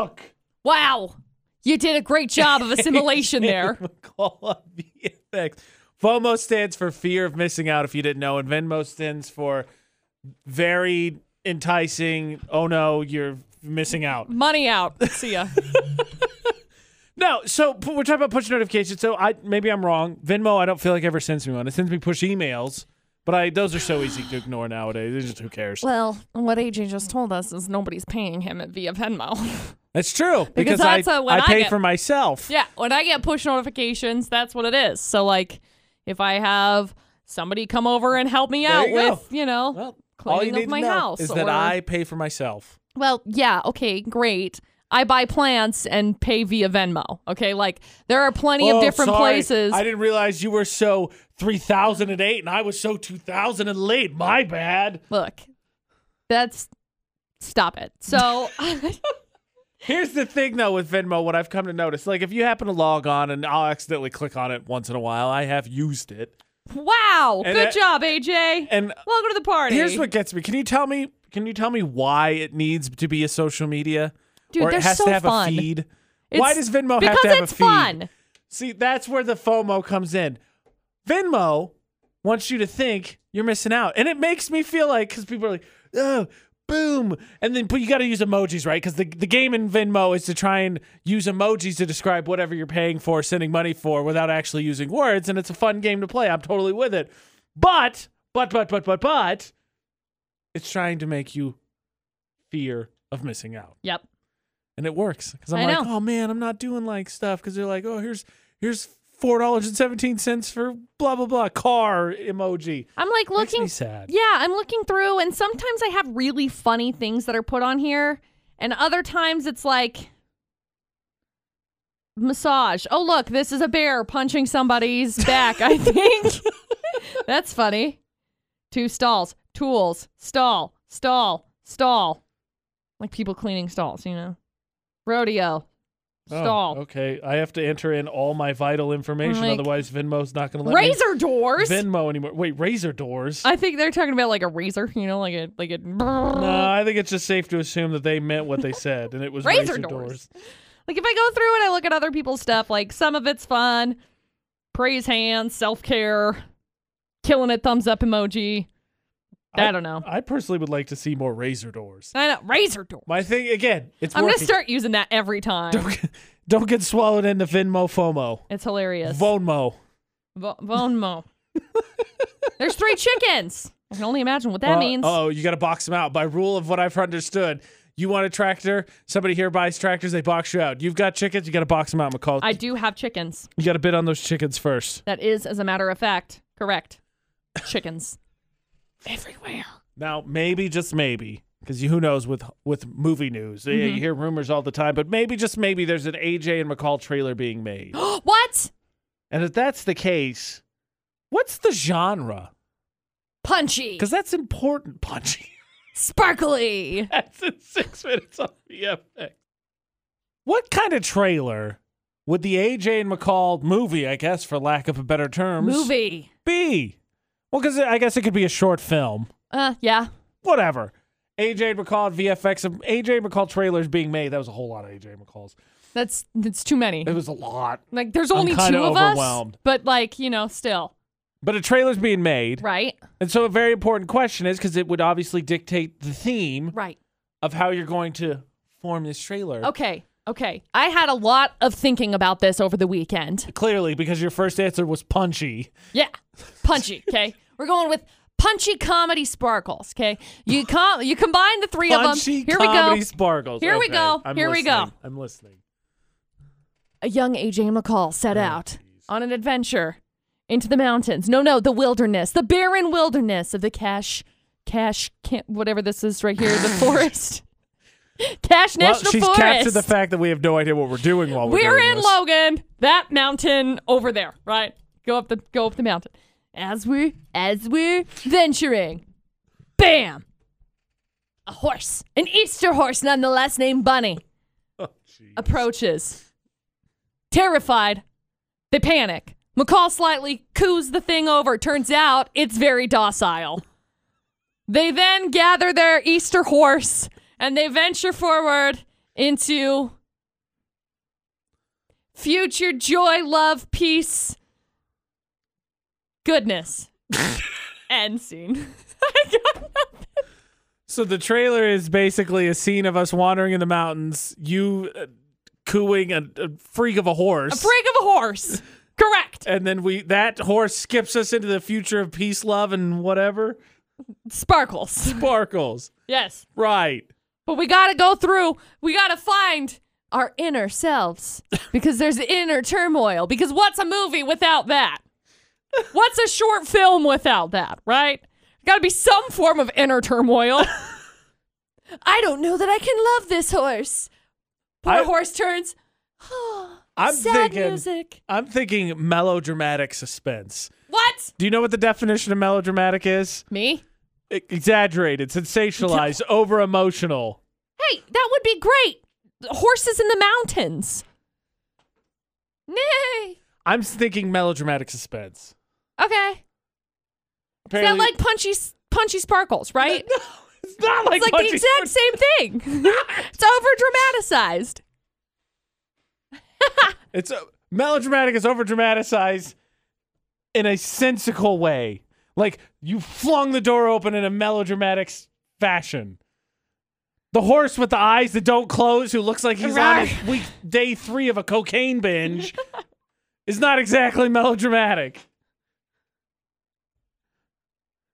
Look.
Wow, you did a great job of assimilation there.
Call VFX. FOMO stands for fear of missing out, if you didn't know, and Venmo stands for very enticing. Oh no, you're missing out.
Money out. See ya.
No, so p- we're talking about push notifications. So I maybe I'm wrong. Venmo, I don't feel like ever sends me one. It sends me push emails, but I those are so easy to ignore nowadays. It's just who cares.
well, what AJ just told us is nobody's paying him at via Venmo.
That's true because,
that's,
I
uh, when
I
I
pay
get-
for myself.
Yeah, when I get push notifications, that's what it is. So like, if I have somebody come over and help me out
you go.
with, you know,
Well, all you
cleaning
need
up my
to know
house,
is that
or-
I pay for myself.
well, yeah, okay, great. I buy plants and pay via Venmo. Okay, like there are plenty
Oh,
of different
sorry.
places.
I didn't realize you were so 3008 and I was so 2000 and late. My bad.
Look, that's stop it. So
Here's the thing though with Venmo what I've come to notice. Like if you happen to log on and I'll accidentally click on it once in a while, I have used it.
wow,
And
good
that-
job, AJ.
And
Welcome to the party.
here's what gets me. Can you tell me can you tell me why it needs to be a social media
Dude,
or
they're
it has
so
to have
fun.
a feed? why
It's-
does Venmo
because
have to have
it's
a feed?
fun.
See, that's where the FOMO comes in. Venmo wants you to think you're missing out. And it makes me feel like, because people are like, oh, boom. And then, but you got to use emojis, right? Because the, the game in Venmo is to try and use emojis to describe whatever you're paying for, sending money for, without actually using words. And it's a fun game to play. I'm totally with it. But, but, but, but, but, but, it's trying to make you fear of missing out
Yep.
and it works because I'm
I
like,
know.
oh man, I'm not doing like stuff because they're like, oh here's here's four dollars and seventeen cents for blah blah blah car emoji.
I'm like
Makes
looking
me sad.
Yeah, I'm looking through, and sometimes I have really funny things that are put on here, and other times it's like massage. Oh, look, this is a bear punching somebody's back, I think. That's funny. Two stalls, tools, stall, stall, stall. Like people cleaning stalls, you know? Rodeo,
Oh,
stall.
okay, I have to enter in all my vital information,
Like-
otherwise Venmo's not going to let
Razor
me
doors.
Venmo anymore. Wait, razor doors.
I think they're talking about like a razor, you know, like a like a
no, I think it's just safe to assume that they meant what they said, and it was razor,
Razor doors. Like if I go through and I look at other people's stuff, like some of it's fun, praise hands, self care, killing it, thumbs up emoji. I, don't know.
I personally would like to see more razor doors.
I know razor door.
My thing again, it's
I'm gonna
working.
start using that every time.
Don't, don't get swallowed into Venmo FOMO.
It's hilarious.
Vonmo.
Vo- Vonmo. There's three chickens. I can only imagine what that means.
Oh, you got to box them out. By rule of what I've understood, you want a tractor. Somebody here buys tractors. They box you out. You've got chickens. You got to box them out, McCall.
I do have chickens.
you got to bid on those chickens first.
That is, as a matter of fact, correct. Chickens everywhere.
Now, maybe just maybe, because who knows with with movie news? Yeah,
Mm-hmm.
You hear rumors all the time, but maybe just maybe there's an AJ and McCall trailer being made.
what?
and if that's the case, what's the genre?
Punchy,
Because that's important. Punchy.
sparkly.
That's in six minutes on VFX. What kind of trailer would the AJ and McCall movie, I guess, for lack of a better term,
Movie.
be? Well, because I guess it could be a short film.
Uh, yeah.
Whatever. AJ and McCall at VFX. um, AJ and McCall trailers being made. That was a whole lot of AJ and McCall's.
That's that's too many.
It was a lot.
Like there's
I'm
only
kinda
two of
overwhelmed.
us, but like you know, still
But a trailer's being made.
right,
And so a very important question is because it would obviously dictate the theme
right.
of how you're going to form this trailer.
Okay, Okay. I had a lot of thinking about this over the weekend.
Clearly, because your first answer was punchy.
Yeah. Punchy, okay? We're going with punchy comedy sparkles, okay? You com- you combine the three
Punchy
of them. Here
comedy
we go.
sparkles.
Here we
Okay,
go.
I'm
Here we go.
listening. I'm listening.
a young AJ McCall set
Oh,
out on an adventure into the mountains. No, no, the wilderness, the barren wilderness of the Cash, Cash, can whatever this is right here, the forest. Cash
Well,
National
she's
Forest.
captured the fact that we have no idea what we're doing while we're,
We're
doing
in
this.
Logan, that mountain over there, right? Go up the go up the mountain. As we as we're venturing, bam, a horse, an Easter horse, nonetheless, named Bunny
Oh, gee.
approaches. Terrified, they panic. McCall slightly coos the thing over. Turns out it's very docile. They then gather their Easter horse and they venture forward into future joy, love, peace, goodness. End scene. I got nothing.
So the trailer is basically a scene of us wandering in the mountains, you uh, cooing a, a freak of a horse.
A freak of a horse. Correct.
and then we that horse skips us into the future of peace, love, and whatever.
Sparkles.
Sparkles.
Yes.
Right.
But we got to go through, we got to find our inner selves because there's inner turmoil. Because what's a movie without that? What's a short film without that, right? Got to be some form of inner turmoil. I don't know that I can love this horse. Poor
I-
horse turns.
I'm
sad
thinking
music.
I'm thinking melodramatic suspense.
What?
Do you know what the definition of melodramatic is?
Me?
E- exaggerated, sensationalized, over emotional.
Hey, that would be great. Horses in the mountains. Nay.
I'm thinking melodramatic suspense.
Okay. Is that
Apparently-
like punchy punchy sparkles, right?
it's not like,
it's like
punching-
the exact same thing. it's over dramatized.
It's uh, melodramatic is over dramatized in a sensical way. Like you flung the door open in a melodramatic s- fashion. The horse with the eyes that don't close, who looks like he's on his week day three of a cocaine binge, is not exactly melodramatic.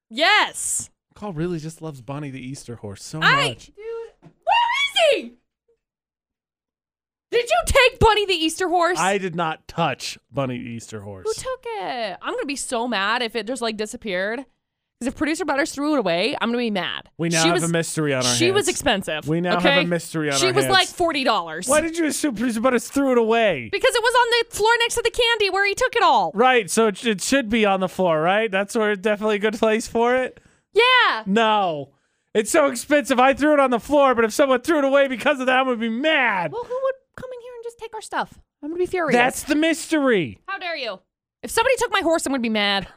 Yes.
Call really just loves Bonnie the Easter horse so
I
much.
dude, where is he? Did you take Bunny the Easter horse?
I did not touch Bunny the Easter
Who
horse.
took it? I'm gonna be so mad if it just like disappeared. Because if producer Butters threw it away, I'm gonna be mad.
we now
she
have
was,
a mystery on our
She was
hands.
expensive.
We now have
okay?
a mystery on
She
our
was
hands.
like forty dollars.
Why did you assume producer Butters threw it away?
Because it was on the floor next to the candy where he took it all.
Right, so it, it should be on the floor, right? That's where definitely a good place for it.
Yeah.
No, it's so expensive. I threw it on the floor, but if someone threw it away because of that, I'm gonna be mad.
Well, who would come in here and just take our stuff? I'm gonna be furious.
That's the mystery.
How dare you? If somebody took my horse, I'm gonna be mad.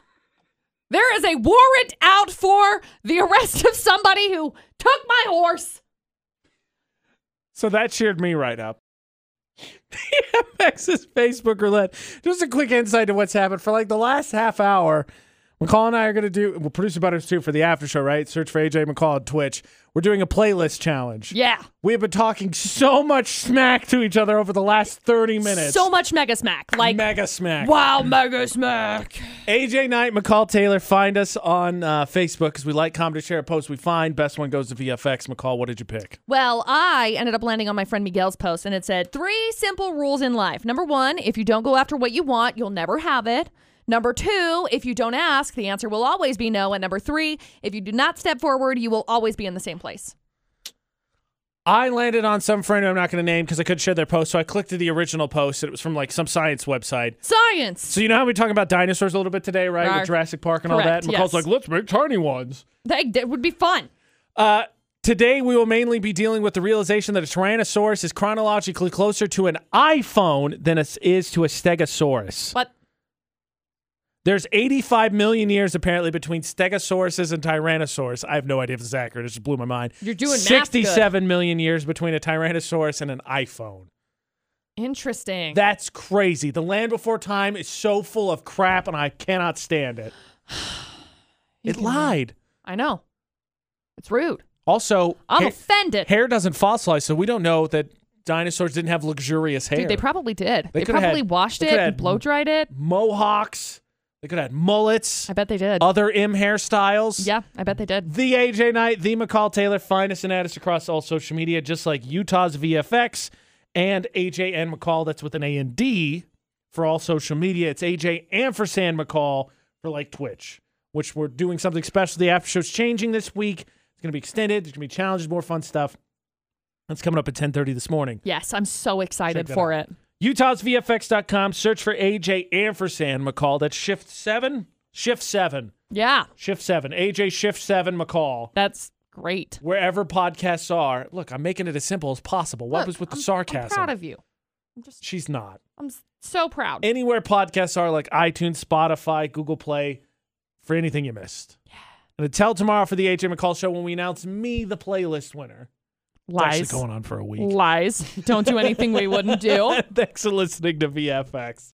There is a warrant out for the arrest of somebody who took my horse.
So that cheered me right up. EMX's Facebook roulette. Just a quick insight to what's happened for like the last half hour. McCall and I are going to do, well, producer Butters too for the after show, right? Search for AJ McCall on Twitch. We're doing a playlist challenge.
Yeah.
We have been talking so much smack to each other over the last 30 minutes.
So much mega smack. Like
Mega smack.
wow, mega smack.
AJ Knight, McCall Taylor, find us on uh, Facebook because we like comedy share a post we find. Best one goes to VFX. McCall, what did you pick?
Well, I ended up landing on my friend Miguel's post, and it said three simple rules in life. Number one, if you don't go after what you want, you'll never have it. Number two, if you don't ask, the answer will always be no. And number three, if you do not step forward, you will always be in the same place.
I landed on some friend who I'm not going to name because I couldn't share their post. So I clicked to the original post. And it was from like some science website.
Science.
So you know how we talking about dinosaurs a little bit today, right?
Right.
With Jurassic Park and all that.
Correct,
And
yes.
McCall's like, let's make tiny ones.
That, that would be fun.
Uh, today we will mainly be dealing with the realization that a Tyrannosaurus is chronologically closer to an iPhone than it is to a Stegosaurus.
But
There's 85 million years apparently between Stegosauruses and Tyrannosaurus. I have no idea if this is accurate. It just blew my mind.
You're doing math good.
67 million years between a Tyrannosaurus and an iPhone.
interesting.
That's crazy. The land before time is so full of crap, and I cannot stand it.
You
It
can-
lied.
I know. It's rude.
Also,
I'm
ha-
offended.
hair doesn't fossilize, so we don't know that dinosaurs didn't have luxurious hair.
Dude, they probably did.
They
They,
could've had-
probably washed
they
it
could've
and
had-
blow dried it.
Mohawks. They could have had mullets.
I bet they did.
Other M hairstyles.
yeah, I bet they did.
The AJ Knight, the McCall Taylor, find us and add us across all social media, just like Utah's VFX and AJ and McCall. That's with an A and D for all social media. It's AJ and for San McCall for like Twitch, which we're doing something special. The after show's changing this week. It's gonna be extended. There's gonna be challenges, more fun stuff. That's coming up at 10:30 this morning.
Yes, I'm so
Check
excited
that
for
out.
it.
UtahsVFX.com. Search for AJ and for San McCall. That's shift seven. Shift seven.
Yeah,
Shift seven. AJ shift seven McCall
that's great.
wherever podcasts are. Look, I'm making it as simple as possible. What
Look,
was with the
I'm-
sarcasm?
I'm proud of you. I'm just,
She's not.
I'm s- so proud.
Anywhere podcasts are, like iTunes, Spotify, Google Play, for anything you missed. And until tomorrow for the AJ McCall show when we announce me the playlist winner. It's actually
Lies.
going on for a week.
Lies. Don't do anything we wouldn't do.
Thanks for listening to VFX.